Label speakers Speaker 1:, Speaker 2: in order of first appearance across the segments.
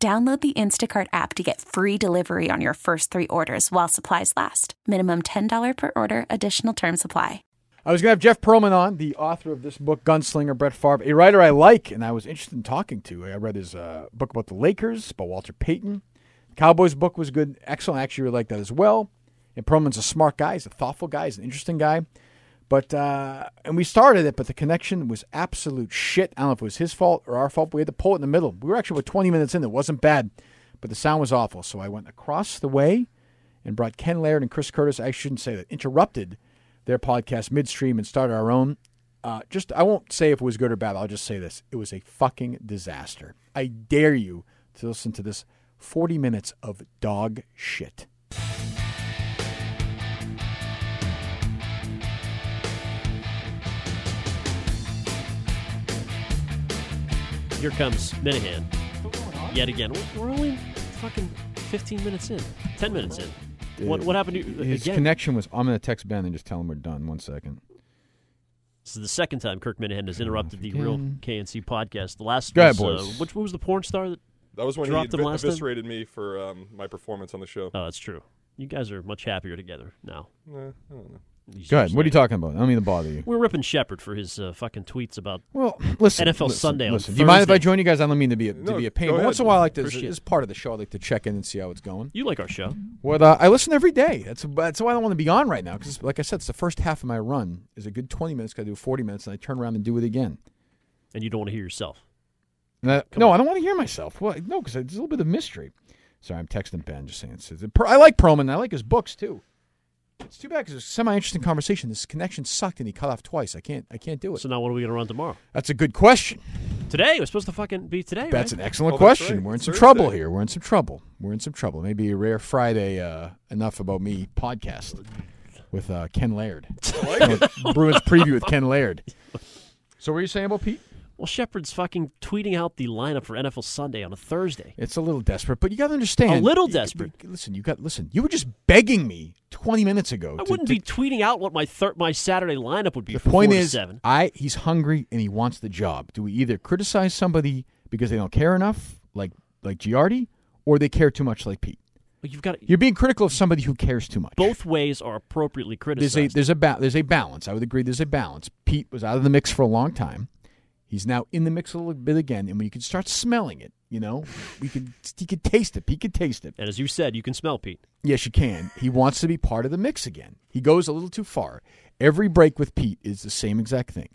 Speaker 1: Download the Instacart app to get free delivery on your first three orders while supplies last. Minimum $10 per order, additional term supply.
Speaker 2: I was going to have Jeff Perlman on, the author of this book, Gunslinger Brett Favre, a writer I like and I was interested in talking to. I read his uh, book about the Lakers, about Walter Payton. Cowboys book was good, excellent. I actually really liked that as well. And Perlman's a smart guy, he's a thoughtful guy, he's an interesting guy. But uh, and we started it, but the connection was absolute shit. I don't know if it was his fault or our fault. We had to pull it in the middle. We were actually about 20 minutes in. It wasn't bad, but the sound was awful. So I went across the way and brought Ken Laird and Chris Curtis. I shouldn't say that. Interrupted their podcast midstream and started our own. Uh, just I won't say if it was good or bad. I'll just say this: it was a fucking disaster. I dare you to listen to this 40 minutes of dog shit.
Speaker 3: Here comes Minahan. Yet again. We're we're only fucking 15 minutes in. 10 minutes in. What, what happened to you?
Speaker 2: His
Speaker 3: again?
Speaker 2: connection was. I'm gonna text Ben and just tell him we're done. One second.
Speaker 3: This is the second time Kirk Minahan has interrupted the real KNC podcast. The last
Speaker 2: Go ahead,
Speaker 3: was, uh,
Speaker 2: boys.
Speaker 3: which what was the porn star that
Speaker 4: That was when
Speaker 3: Dropped
Speaker 4: he
Speaker 3: him
Speaker 4: evi-
Speaker 3: last time?
Speaker 4: eviscerated me for um, my performance on the show.
Speaker 3: Oh, that's true. You guys are much happier together now.
Speaker 4: Eh, I don't know.
Speaker 3: These
Speaker 2: Go ahead.
Speaker 3: years
Speaker 2: What are you
Speaker 3: later.
Speaker 2: talking about? I don't mean to bother you.
Speaker 3: We're ripping Shepard for his uh, fucking tweets about.
Speaker 2: Well, listen.
Speaker 3: NFL
Speaker 2: listen,
Speaker 3: Sunday on
Speaker 2: Listen. Do you mind if I
Speaker 3: Thursday.
Speaker 2: join you guys? I don't mean to be a, to
Speaker 4: No,
Speaker 2: be a pain,
Speaker 4: go
Speaker 2: but
Speaker 4: ahead.
Speaker 2: once in a while, I like to, this
Speaker 3: Appreciate
Speaker 2: is
Speaker 3: it.
Speaker 2: part of the show. I like to check in and see how it's going.
Speaker 3: You like our show?
Speaker 2: But uh, I listen every day. That's that's why I don't want to be on right now because, like I said, it's the first half of my run is a good twenty minutes. Got to do forty minutes, and I turn around and do it again.
Speaker 3: and you don't want to hear yourself.
Speaker 2: And I-
Speaker 3: Come
Speaker 2: no,
Speaker 3: on.
Speaker 2: I don't want to hear myself. Well, no, because there's a little bit of mystery. Sorry, I'm texting Ben just saying. It's, it's- I like Perlman. I like his books too. It's too bad because it's a semi-interesting conversation. This connection sucked, and he cut off twice. I can't. I can't do it.
Speaker 3: So now what are we going to run tomorrow?
Speaker 2: That's a good question.
Speaker 3: Today we're supposed to fucking be today.
Speaker 2: That's
Speaker 3: right?
Speaker 2: an excellent
Speaker 4: Oh, that's
Speaker 2: question.
Speaker 4: right.
Speaker 2: We're in some
Speaker 4: Thursday.
Speaker 2: trouble here. We're in some trouble. We're in some trouble. Maybe a rare Friday uh, enough about me podcast with uh, Ken Laird.
Speaker 4: I like it.
Speaker 2: Bruins preview with Ken Laird. So, what are you saying about Pete?
Speaker 3: well, Shepard's fucking tweeting out the lineup for NFL Sunday on a Thursday.
Speaker 2: It's a little desperate, but you got to understand.
Speaker 3: A little
Speaker 2: you-
Speaker 3: desperate.
Speaker 2: you- listen, you got listen. You were just begging me twenty minutes ago.
Speaker 3: I
Speaker 2: Oh, to-
Speaker 3: wouldn't
Speaker 2: to-
Speaker 3: be tweeting out what my thir- my Saturday lineup would be.
Speaker 2: The
Speaker 3: from
Speaker 2: point
Speaker 3: four to
Speaker 2: is,
Speaker 3: seven.
Speaker 2: I he's hungry and he wants the job. Do we either criticize somebody because they don't care enough, like like Giardi, or they care too much, like Pete?
Speaker 3: Well, You've got
Speaker 2: You're being critical of somebody who cares too much.
Speaker 3: both ways are appropriately
Speaker 2: there's a
Speaker 3: criticized.
Speaker 2: there's a ba- there's a balance. I would agree. There's a balance. Pete was out of the mix for a long time. He's now in the mix a little bit again, and when you could start smelling it, you know, we could he could taste it. Pete could taste it.
Speaker 3: and as you said, you can smell Pete.
Speaker 2: Yes, you can. He wants to be part of the mix again. He goes a little too far. Every break with Pete is the same exact thing.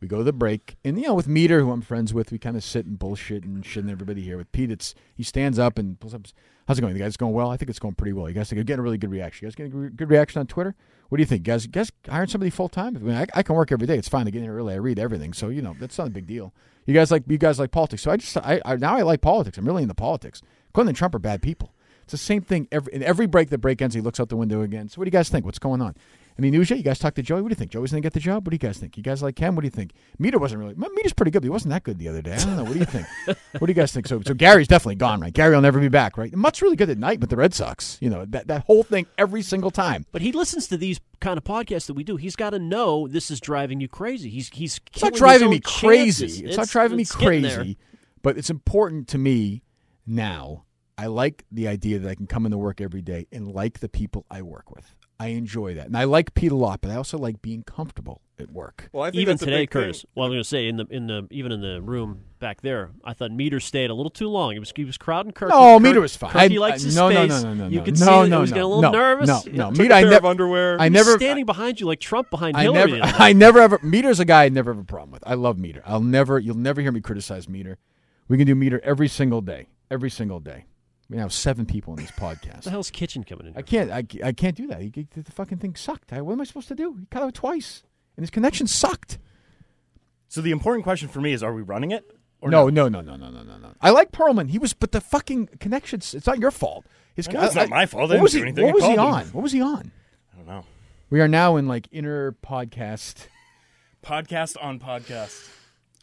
Speaker 2: We go to the break, and you know, with Meter, who I'm friends with, we kind of sit and bullshit and shitting everybody here. With Pete, it's he stands up and pulls up. his- How's it going? The guy's going well. I think it's going pretty well. You guys are getting a really good reaction. You guys getting a re- good reaction on Twitter? What do you think, guys? You guys hiring somebody full time? I, mean, I, I can work every day. It's fine to get in early. I read everything, so you know that's not a big deal. You guys like you guys like politics, so I just I, I now I like politics. I'm really into politics. Clinton and Trump are bad people. It's the same thing. Every, in every break, the break ends. He looks out the window again. So, what do you guys think? What's going on? Any news yet? You guys talk to Joey. What do you think? Joey's gonna get the job. What do you guys think? You guys like Cam? What do you think? Meter wasn't really. My Meter's pretty good. But he wasn't that good the other day. I don't know. What do you think? what do you guys think? So, so Gary's definitely gone, right? Gary will never be back, right? Mutt's really good at night, but the Red Sox. You know that that whole thing every single time.
Speaker 3: But he listens to these kind of podcasts that we do. He's got to know this is driving you crazy. He's he's
Speaker 2: It's not
Speaker 3: killing his
Speaker 2: driving
Speaker 3: own
Speaker 2: me crazy.
Speaker 3: chances.
Speaker 2: It's, not driving
Speaker 3: it's
Speaker 2: me
Speaker 3: getting there.
Speaker 2: crazy, but it's important to me now. I like the idea that I can come into work every day and like the people I work with. I enjoy that, and I like Pete a lot, but I also like being comfortable at work.
Speaker 4: Well, I think
Speaker 3: even
Speaker 4: that's a
Speaker 3: today,
Speaker 4: big thing.
Speaker 3: Curtis. Well, I was going to say in the in the even in the room back there, I thought Meter stayed a little too long. He was he was crowding Kirk.
Speaker 2: no,
Speaker 3: Kirk-
Speaker 2: Oh, Meter was fine.
Speaker 3: Kirk, he
Speaker 2: I-
Speaker 3: likes
Speaker 2: I-
Speaker 3: his
Speaker 2: no, no,
Speaker 3: space.
Speaker 2: no, no, no,
Speaker 3: You
Speaker 2: no,
Speaker 3: could
Speaker 2: no,
Speaker 3: see that
Speaker 2: no,
Speaker 3: he was getting a little
Speaker 2: no,
Speaker 3: nervous.
Speaker 2: no,
Speaker 3: He
Speaker 2: no,
Speaker 3: took
Speaker 2: Meter,
Speaker 3: a
Speaker 2: I
Speaker 3: pair
Speaker 4: Pair
Speaker 2: nev-
Speaker 4: of underwear.
Speaker 2: I
Speaker 3: He's
Speaker 2: never,
Speaker 3: standing behind you like Trump behind
Speaker 2: I
Speaker 3: Hillary.
Speaker 2: never,
Speaker 3: the other day.
Speaker 2: I never ever. Meter's a guy I never have a problem with. I love Meter. I'll never, you'll never hear me criticize Meter. We can do Meter every single day, every single day. We now have seven people in this podcast.
Speaker 3: What the hell's kitchen coming in?
Speaker 2: I
Speaker 3: Here?
Speaker 2: can't. I, I can't do that. He, he- the fucking thing sucked. I, what am I supposed to do? He cut out twice, and his connection sucked.
Speaker 5: So the important question for me is: Are we running it?
Speaker 3: Or
Speaker 2: no, no, no, no, no, no, no, no. I like Perlman. He was, but the fucking connections. It's not your fault. His,
Speaker 5: I know it's not my fault. I
Speaker 2: What
Speaker 5: didn't
Speaker 2: was
Speaker 5: do
Speaker 2: he?
Speaker 5: anything.
Speaker 2: What
Speaker 5: I
Speaker 2: was he
Speaker 5: called
Speaker 2: on?
Speaker 5: him.
Speaker 2: What was he on?
Speaker 5: I don't know.
Speaker 2: We are now in like inner podcast.
Speaker 5: Podcast on podcast.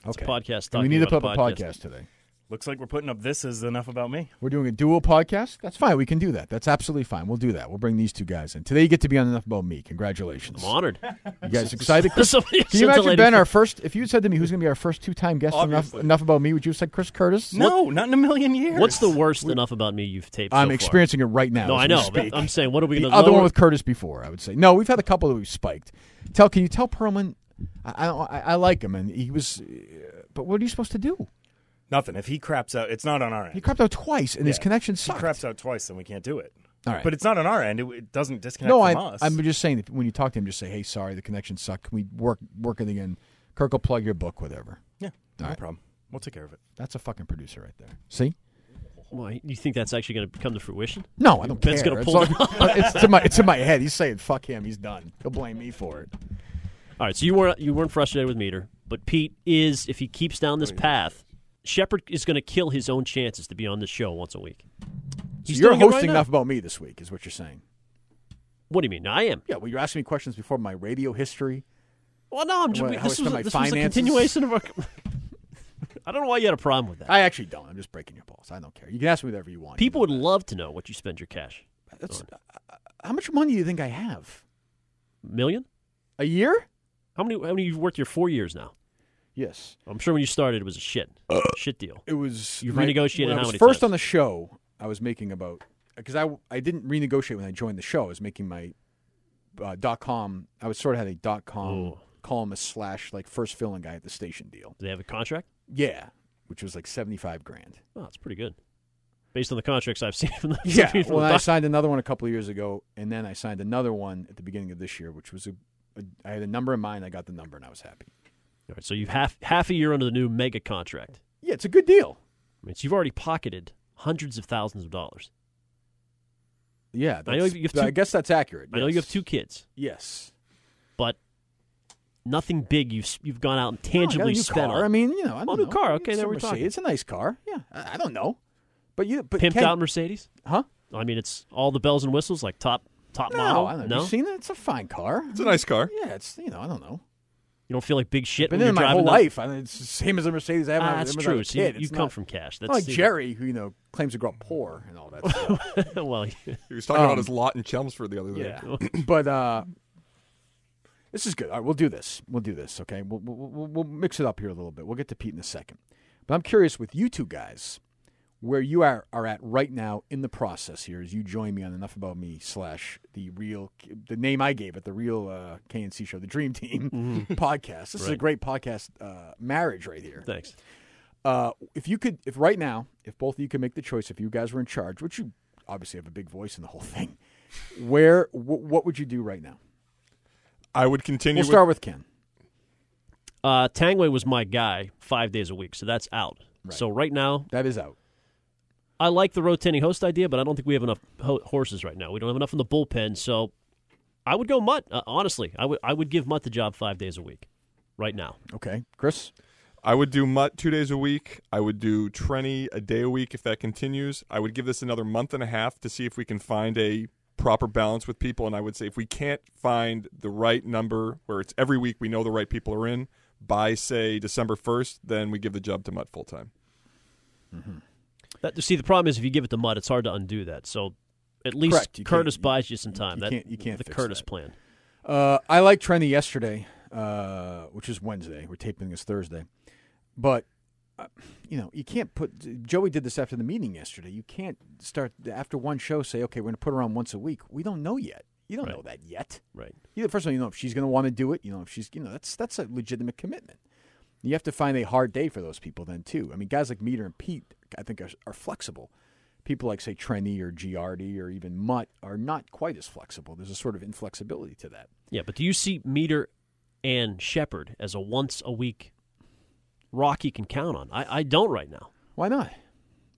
Speaker 3: It's a podcast.
Speaker 2: And we
Speaker 3: talking
Speaker 2: need to put
Speaker 3: about
Speaker 2: up a podcast today.
Speaker 5: Looks like we're putting up this is enough about me.
Speaker 2: We're doing a dual podcast. That's fine. We can do that. That's absolutely fine. We'll do that. We'll bring these two guys in. Today you get to be on Enough About Me. Congratulations.
Speaker 3: I'm honored.
Speaker 2: You guys excited? Chris,
Speaker 3: Somebody
Speaker 2: can you imagine
Speaker 3: scintillated
Speaker 2: Ben,
Speaker 3: for-
Speaker 2: our first? If you had said to me who's going to be our first two-time guest, on enough,
Speaker 4: Obviously.
Speaker 2: enough about me. Would you have said Chris Curtis?
Speaker 5: No, not in a million years.
Speaker 3: What's the worst enough about me you've taped? so
Speaker 2: I'm
Speaker 3: far?
Speaker 2: experiencing it right now.
Speaker 3: No,
Speaker 2: as
Speaker 3: I
Speaker 2: we
Speaker 3: know.
Speaker 2: speak.
Speaker 3: But I'm saying, what are we
Speaker 2: the
Speaker 3: going to
Speaker 2: other one with Curtis before, I would say. No, we've had a couple that we've spiked. Tell, can you tell Perlman? I, I, I I like him, and he was. uh, But what are you supposed to do?
Speaker 5: Nothing. If he craps out, it's not on our end.
Speaker 2: He crapped out twice, and his
Speaker 5: Yeah.
Speaker 2: connection
Speaker 5: If
Speaker 2: sucked.
Speaker 5: He craps out twice, then we can't do it.
Speaker 2: All right.
Speaker 5: But it's not on our end. It, it doesn't disconnect
Speaker 2: no,
Speaker 5: from
Speaker 2: I,
Speaker 5: us.
Speaker 2: I'm just saying that when you talk to him, just say, "Hey, sorry, the connection sucked. Can we work work it again?" Kirk will plug your book, whatever.
Speaker 5: yeah, no
Speaker 2: right.
Speaker 5: problem. We'll take care of it.
Speaker 2: That's a fucking producer right there. See?
Speaker 3: Why you think that's actually going to come to fruition?
Speaker 2: No, I don't
Speaker 3: Ben's
Speaker 2: care.
Speaker 3: gonna
Speaker 2: It's
Speaker 3: pull
Speaker 2: all-
Speaker 3: it
Speaker 2: it's to my it's in my head. He's saying, "Fuck him. He's done. He'll blame me for it."
Speaker 3: All right, so you weren't you weren't frustrated with Meter, but Pete is if he keeps down this path, Shepard is going to kill his own chances to be on this show once a week. He's
Speaker 2: so you're
Speaker 3: doing it right
Speaker 2: hosting
Speaker 3: now.
Speaker 2: enough about me this week, is what you're saying.
Speaker 3: What do you mean? I am.
Speaker 2: Yeah, well, you're asking me questions before my radio history.
Speaker 3: Well, no, I'm just
Speaker 2: What, how I
Speaker 3: this,
Speaker 2: spend
Speaker 3: was,
Speaker 2: my
Speaker 3: this was a
Speaker 2: finances?
Speaker 3: continuation of our. I don't know why you had a problem with that.
Speaker 2: I actually don't. I'm just breaking your balls. I don't care. You can ask me whatever you want.
Speaker 3: People would love to know what you spend your cash.
Speaker 2: That's, how much money do you think I have?
Speaker 3: Million?
Speaker 2: A year?
Speaker 3: How many? How many? You've worked here four years now.
Speaker 2: Yes.
Speaker 3: I'm sure when you started, it was a shit shit deal.
Speaker 2: It was.
Speaker 3: You've
Speaker 2: my-
Speaker 3: renegotiated
Speaker 2: when I
Speaker 3: how
Speaker 2: was
Speaker 3: many
Speaker 2: First
Speaker 3: times?
Speaker 2: on the show, I was making about because I I didn't renegotiate when I joined the show. I was making my uh, dot com. I was sort of had a dot com
Speaker 3: Oh.
Speaker 2: columnist slash like first filling guy at the station deal.
Speaker 3: Do they have a contract?
Speaker 2: Yeah, which was like seventy five grand.
Speaker 3: Oh, that's pretty good. Based on the contracts I've seen from the
Speaker 2: Yeah.
Speaker 3: from the
Speaker 2: Well, I
Speaker 3: doc-
Speaker 2: signed another one a couple of years ago, and then I signed another one at the beginning of this year, which was a, a I had a number in mind. I got the number, and I was happy.
Speaker 3: All right, so you've half half a year under the new mega contract.
Speaker 2: Yeah, it's a good deal.
Speaker 3: I mean, so you've already pocketed hundreds of thousands of dollars.
Speaker 2: Yeah,
Speaker 3: I know
Speaker 2: that's-
Speaker 3: you have
Speaker 2: I
Speaker 3: two-
Speaker 2: guess that's accurate.
Speaker 3: I know you
Speaker 2: yes.
Speaker 3: have two kids,
Speaker 2: Yes,
Speaker 3: but nothing big. You've s- you've gone out and
Speaker 2: No, Oh, I got a
Speaker 3: tangibly
Speaker 2: new
Speaker 3: spent
Speaker 2: car. I
Speaker 3: on.
Speaker 2: mean, you know, I don't
Speaker 3: Well,
Speaker 2: know.
Speaker 3: new car, okay,
Speaker 2: It's
Speaker 3: there
Speaker 2: a
Speaker 3: we're talking.
Speaker 2: Mercedes. It's a nice car. Yeah, I, I don't know, but you but
Speaker 3: pimped
Speaker 2: Ken-
Speaker 3: out Mercedes.
Speaker 2: huh?
Speaker 3: I mean, it's all the bells and whistles, like top top
Speaker 2: No,
Speaker 3: model.
Speaker 2: I don't know.
Speaker 3: no,
Speaker 2: You seen that? It's a fine car.
Speaker 4: It's a nice car.
Speaker 2: Yeah, it's you know, I don't know.
Speaker 3: you don't feel like big shit
Speaker 2: Been
Speaker 3: when
Speaker 2: in
Speaker 3: you're
Speaker 2: it my whole
Speaker 3: driving them?
Speaker 2: life. I mean, it's the same as a Mercedes. I haven't.
Speaker 3: Ah, that's
Speaker 2: I haven't
Speaker 3: true.
Speaker 2: had
Speaker 3: So
Speaker 2: a
Speaker 3: you,
Speaker 2: kid.
Speaker 3: you
Speaker 2: It's
Speaker 3: come
Speaker 2: not-
Speaker 3: from cash.
Speaker 2: not
Speaker 3: That's
Speaker 2: like Jerry, who you know claims to grow up poor and all that. stuff.
Speaker 3: well,
Speaker 4: He was talking
Speaker 3: Um,
Speaker 4: about his lot in Chelmsford the other day.
Speaker 2: Yeah, but uh, this is good. All right, we'll do this. We'll do this. Okay, we'll, we'll we'll- we'll mix it up here a little bit. We'll get to Pete in a second. But I'm curious with you two guys, where you are are at right now in the process here as you join me on Enough About Me slash the real the name I gave it the real uh, KNC show the Dream Team podcast. This is a
Speaker 3: Right.
Speaker 2: great podcast uh, marriage right here.
Speaker 3: thanks.
Speaker 2: Uh, if you could, if right now, if both of you could make the choice, if you guys were in charge, which you obviously have a big voice in the whole thing, where, wh- what would you do right now?
Speaker 4: I would continue.
Speaker 2: We'll start with Ken.
Speaker 3: Uh, Tangway was my guy five days a week, so that's out.
Speaker 2: Right.
Speaker 3: So right now,
Speaker 2: That is out.
Speaker 3: I like the rotating host idea, but I don't think we have enough ho- horses right now. We don't have enough in the bullpen, so I would go Mutt. Uh, honestly, I would I would give Mutt the job five days a week, right now.
Speaker 2: Okay, Chris.
Speaker 4: I would do Mutt two days a week. I would do Trenny a day a week if that continues. I would give this another month and a half to see if we can find a proper balance with people. And I would say if we can't find the right number where it's every week we know the right people are in by say December first, then we give the job to Mutt full time.
Speaker 3: That, see, the problem is if you give it to Mutt, it's hard to undo that. So at least
Speaker 2: Correct. You can't-
Speaker 3: Curtis
Speaker 2: you-
Speaker 3: buys you some time.
Speaker 2: you
Speaker 3: that,
Speaker 2: can't- you can't
Speaker 3: the
Speaker 2: fix
Speaker 3: Curtis
Speaker 2: that.
Speaker 3: plan.
Speaker 2: Uh, I like Trendy yesterday, uh, which is Wednesday. We're taping this Thursday, but uh, you know you can't put. Joey did this after the meeting yesterday. You can't start after one show say, okay, we're going to put her on once a week. We don't know yet. You don't
Speaker 3: Right.
Speaker 2: know that yet.
Speaker 3: Right.
Speaker 2: You, first of all, you know if she's going to want to do it. You know if she's, you know, that's that's a legitimate commitment. You have to find a hard day for those people then too. I mean, guys like Meter and Pete, I think are, are flexible. People like say Trenny or Giardi or even Mutt are not quite as flexible. There's a sort of inflexibility to that.
Speaker 3: Yeah, but do you see Meter and Shepard as a once a week rock you can count on? I, I don't right now.
Speaker 2: Why not?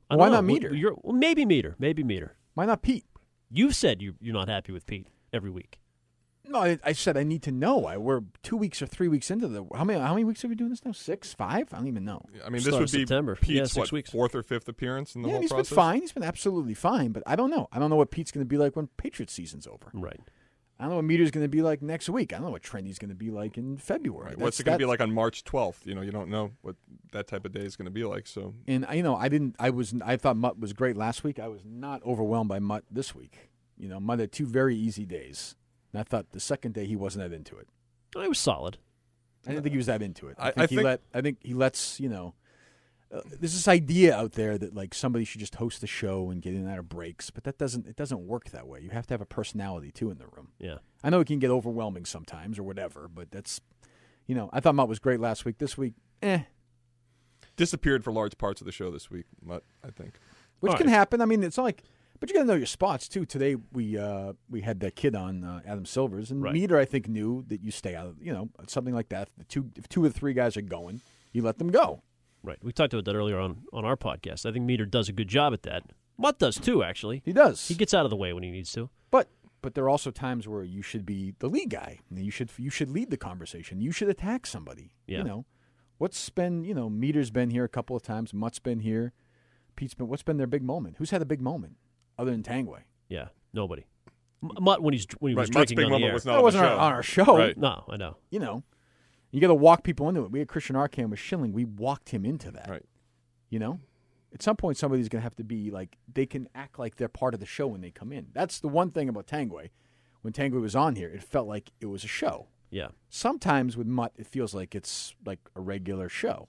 Speaker 3: I don't
Speaker 2: Why
Speaker 3: know.
Speaker 2: not
Speaker 3: Well,
Speaker 2: Meter?
Speaker 3: You're, well, maybe Meter. Maybe Meter.
Speaker 2: Why not Pete?
Speaker 3: You've said you, you're not happy with Pete every week.
Speaker 2: No, I, I said I need to know. I we're two weeks or three weeks into the how many how many weeks have we doing this now? Six, five? I don't even know.
Speaker 4: I mean,
Speaker 3: Start
Speaker 4: this
Speaker 3: of
Speaker 4: would be
Speaker 3: September.
Speaker 4: Pete's
Speaker 3: Yeah, six
Speaker 4: what,
Speaker 3: weeks.
Speaker 4: fourth or fifth appearance in the
Speaker 2: yeah,
Speaker 4: whole
Speaker 2: and he's
Speaker 4: process.
Speaker 2: been fine. He's been absolutely fine, but I don't know. I don't know what Pete's going to be like when Patriot season's over.
Speaker 3: Right.
Speaker 2: I don't know what Meter's going to be like next week. I don't know what Trendy's going to be like in February.
Speaker 4: Right.
Speaker 2: That's-
Speaker 4: What's it going to be
Speaker 2: that's-
Speaker 4: like on March 12th? You know, you don't know what that type of day is going to be like. So
Speaker 2: And I- you know, I didn't. I was. I thought Mutt was great last week. I was not overwhelmed by Mutt this week. You know, Mutt had two very easy days, and I thought the second day he wasn't that into it.
Speaker 3: I Oh, was solid.
Speaker 2: I didn't think he was that into it. I
Speaker 4: I-
Speaker 2: think
Speaker 4: I
Speaker 2: he
Speaker 4: think-
Speaker 2: let. I think he lets. You know, uh, there's this idea out there that like somebody should just host the show and get in and out of breaks, but that doesn't. It doesn't work that way. You have to have a personality too in the room.
Speaker 3: Yeah.
Speaker 2: I know it can get overwhelming sometimes or whatever, but that's. You know, I thought Mutt was great last week. This week, eh,
Speaker 4: disappeared for large parts of the show this week, Mutt, I think.
Speaker 2: which
Speaker 3: All
Speaker 2: can
Speaker 3: right.
Speaker 2: happen. I mean, it's not like, but you got to know your spots too. Today we uh, we had that kid on uh, Adam Silver's, and
Speaker 3: Right.
Speaker 2: Meter I think knew that you stay out of you know something like that. If the two if two of the three guys are going, you let them go.
Speaker 3: Right. We talked about that earlier on, on our podcast. I think Meter does a good job at that. Mutt does too, actually.
Speaker 2: He does,
Speaker 3: He gets out of the way when he needs to.
Speaker 2: but but there are also times where you should be the lead guy. And You should you should lead the conversation. You should attack somebody.
Speaker 3: Yeah.
Speaker 2: You know, what's been you know Meter's been here a couple of times. Mutt's been here. Pete's been. What's been their big moment? Who's had a big moment other than Tangway?
Speaker 3: Yeah. Nobody. M- Mutt when he's when he was
Speaker 4: Right, Mutt's
Speaker 3: drinking
Speaker 4: big
Speaker 3: on
Speaker 4: moment
Speaker 3: the air.
Speaker 4: was
Speaker 2: That
Speaker 4: not on the
Speaker 2: wasn't
Speaker 4: show.
Speaker 2: on our, on our show.
Speaker 4: Right.
Speaker 3: no, I know.
Speaker 2: you know, you got to walk people into it. We had Christian Arcan with Schilling. We walked him into that.
Speaker 4: Right.
Speaker 2: You know, at some point, somebody's going to have to be like, they can act like they're part of the show when they come in. That's the one thing about Tangway. When Tangway was on here, it felt like it was a show.
Speaker 3: Yeah.
Speaker 2: Sometimes with Mutt, it feels like it's like a regular show.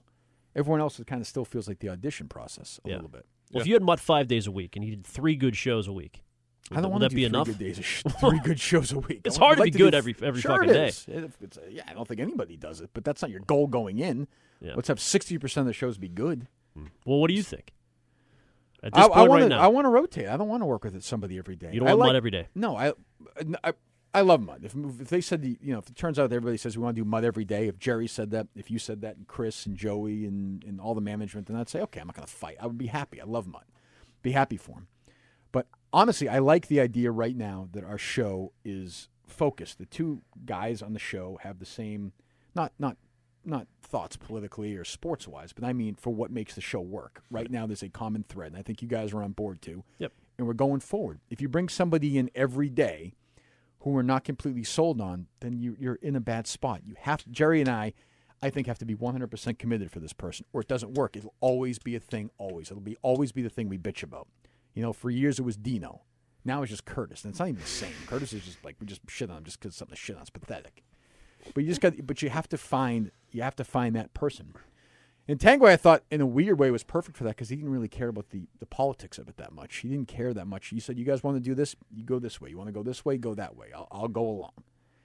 Speaker 2: Everyone else, it kind of still feels like the audition process a
Speaker 3: Yeah.
Speaker 2: little bit.
Speaker 3: Well, if you had Mutt five days a week and he did three good shows a week, would,
Speaker 2: I don't want
Speaker 3: would that
Speaker 2: to
Speaker 3: be
Speaker 2: do
Speaker 3: enough?
Speaker 2: three good days, of sh- three good shows a week.
Speaker 3: It's
Speaker 2: I want-
Speaker 3: hard to
Speaker 2: I'd
Speaker 3: be
Speaker 2: like do
Speaker 3: good
Speaker 2: f-
Speaker 3: every- every
Speaker 2: sure
Speaker 3: fucking
Speaker 2: it
Speaker 3: day.
Speaker 2: is. It- it's, uh, yeah, I don't think anybody does it, but that's not your goal going in.
Speaker 3: Yeah.
Speaker 2: Let's have sixty percent of the shows be good.
Speaker 3: Well, what do you think? At
Speaker 2: I,
Speaker 3: this point
Speaker 2: want to.
Speaker 3: right now.
Speaker 2: I want to rotate. I don't want to work with somebody every day.
Speaker 3: You don't
Speaker 2: I
Speaker 3: want
Speaker 2: like,
Speaker 3: Mutt every day.
Speaker 2: No, I, I, I love mud. If, if they said the, you know, if it turns out that everybody says we want to do mud every day, if Jerry said that, if you said that, and Chris and Joey and and all the management, then I'd say okay, I'm not going to fight. I would be happy. I love mud. Be happy for him. But honestly, I like the idea right now that our show is focused. The two guys on the show have the same, not not not thoughts politically or sports wise, but I mean for what makes the show work. Right now, there's a common thread, and I think you guys are on board too.
Speaker 3: Yep.
Speaker 2: And we're going forward. If you bring somebody in every day who we're not completely sold on, then you, you're in a bad spot. You have Jerry and I, I think, have to be 100% committed for this person, or it doesn't work. It'll always be a thing. Always, it'll be always be the thing we bitch about. You know, for years it was Dino. Now it's just Curtis, and it's not even the same. Curtis is just like we just shit on him just because something to shit on. It's pathetic. But you just got. But you have to find. You have to find that person. And Tangway, I thought, in a weird way, was perfect for that because he didn't really care about the, the politics of it that much. He didn't care that much. He said, "You guys want to do this? You go this way. You want to go this way? Go that way. I'll, I'll go along."